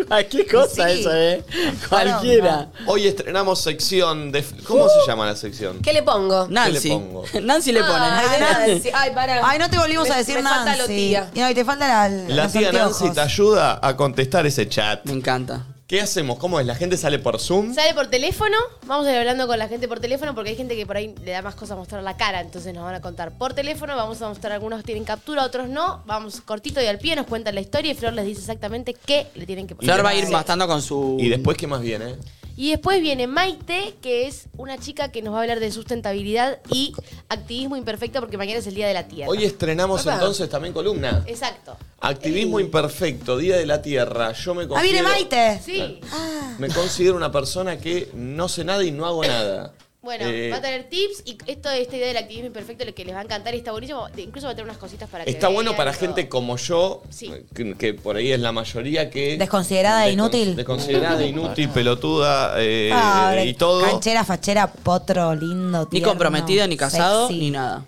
Speaker 2: Cualquier cosa
Speaker 3: Sí.
Speaker 2: eso, eh. Cualquiera.
Speaker 1: Hoy estrenamos sección de... ¿Cómo se llama la sección?
Speaker 4: ¿Qué le pongo?
Speaker 1: ¿Qué
Speaker 2: Nancy.
Speaker 1: le pongo?
Speaker 2: Nancy le pone.
Speaker 3: Ah,
Speaker 4: Ay, Nancy. Ah, Ay, pará.
Speaker 3: Ay, no te volvimos
Speaker 4: Me-
Speaker 3: a decir
Speaker 4: me
Speaker 3: Nancy.
Speaker 4: falta lo tía.
Speaker 3: Y no, y te falta la,
Speaker 1: La
Speaker 3: los
Speaker 1: tía Nancy
Speaker 3: anteojos.
Speaker 1: te ayuda a contestar ese chat.
Speaker 2: Me encanta.
Speaker 1: ¿Qué hacemos? ¿Cómo es? ¿La gente sale por Zoom?
Speaker 6: Sale por teléfono, vamos a ir hablando con la gente por teléfono porque hay gente que por ahí le da más cosa mostrar la cara, entonces nos van a contar por teléfono, vamos a mostrar algunos tienen captura, otros no, vamos cortito y al pie, nos cuentan la historia y Flor les dice exactamente qué le tienen que poner.
Speaker 2: Flor va a ir bastando con su.
Speaker 1: Y después, ¿qué más viene?
Speaker 6: Y después viene Maite, que es una chica que nos va a hablar de sustentabilidad y activismo imperfecto porque mañana es el Día de la Tierra.
Speaker 1: Hoy estrenamos entonces también columna.
Speaker 6: Exacto.
Speaker 1: Activismo imperfecto, Día de la Tierra. Yo me
Speaker 3: Ah, viene
Speaker 1: considero,
Speaker 3: Maite.
Speaker 6: Sí.
Speaker 1: me considero una persona que no sé nada y no hago nada.
Speaker 6: Bueno,
Speaker 1: Eh,
Speaker 6: va a tener tips y esto, esta idea del activismo imperfecto, lo que les va a encantar y está buenísimo. Incluso va a tener unas cositas para que
Speaker 1: Está bueno
Speaker 6: vean,
Speaker 1: para
Speaker 6: todo.
Speaker 1: gente como yo,
Speaker 6: Sí.
Speaker 1: que, que por ahí es la mayoría que...
Speaker 3: Desconsiderada e
Speaker 1: descon-
Speaker 3: inútil.
Speaker 1: Desconsiderada, e inútil, pelotuda eh,
Speaker 3: Pobre,
Speaker 1: y todo.
Speaker 3: Canchera, fachera, potro, lindo,
Speaker 2: Ni
Speaker 3: tierno,
Speaker 2: comprometido, ni casado,
Speaker 3: sexy,
Speaker 2: ni nada.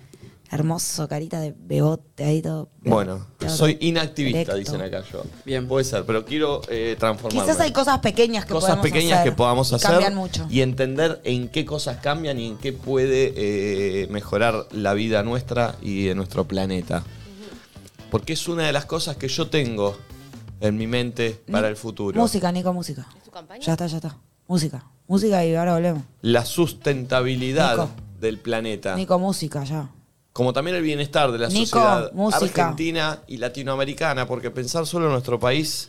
Speaker 3: Hermoso, carita de bebote ahí todo.
Speaker 1: Bueno,
Speaker 3: Claro.
Speaker 1: soy inactivista,
Speaker 3: Erecto.
Speaker 1: dicen acá yo. Bien. Puede ser, pero quiero eh, transformarme.
Speaker 3: Quizás hay cosas pequeñas que
Speaker 1: cosas
Speaker 3: podemos
Speaker 1: pequeñas
Speaker 3: hacer
Speaker 1: que podamos
Speaker 3: y
Speaker 1: hacer
Speaker 3: Cambian mucho.
Speaker 1: y entender en qué cosas cambian y en qué puede eh, mejorar la vida nuestra y de nuestro planeta. Porque es una de las cosas que yo tengo en mi mente para el futuro.
Speaker 3: Música, Nico, música. Ya está, ya está. Música. Música y ahora volvemos.
Speaker 1: La sustentabilidad del planeta.
Speaker 3: Nico, música, ya.
Speaker 1: Como también el bienestar de la
Speaker 3: Nico,
Speaker 1: sociedad
Speaker 3: música.
Speaker 1: argentina y latinoamericana, porque pensar solo en nuestro país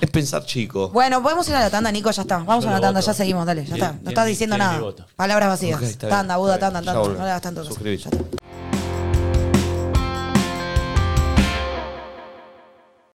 Speaker 1: es pensar chico.
Speaker 3: Bueno, podemos ir a la tanda, Nico, ya está. Vamos
Speaker 1: Yo
Speaker 3: a la
Speaker 1: lo
Speaker 3: tanda,
Speaker 1: voto.
Speaker 3: ya seguimos, dale, ya
Speaker 1: Bien,
Speaker 3: está. No
Speaker 1: bien,
Speaker 3: estás diciendo
Speaker 1: tiene
Speaker 3: nada.
Speaker 1: mi voto.
Speaker 3: Palabras vacías.
Speaker 1: Ok, está bien,
Speaker 3: tanda, Buda,
Speaker 1: está bien. Ya
Speaker 3: tanda, tanda. No
Speaker 1: volvemos.
Speaker 3: le hagas tanto. caso.
Speaker 1: Suscribite.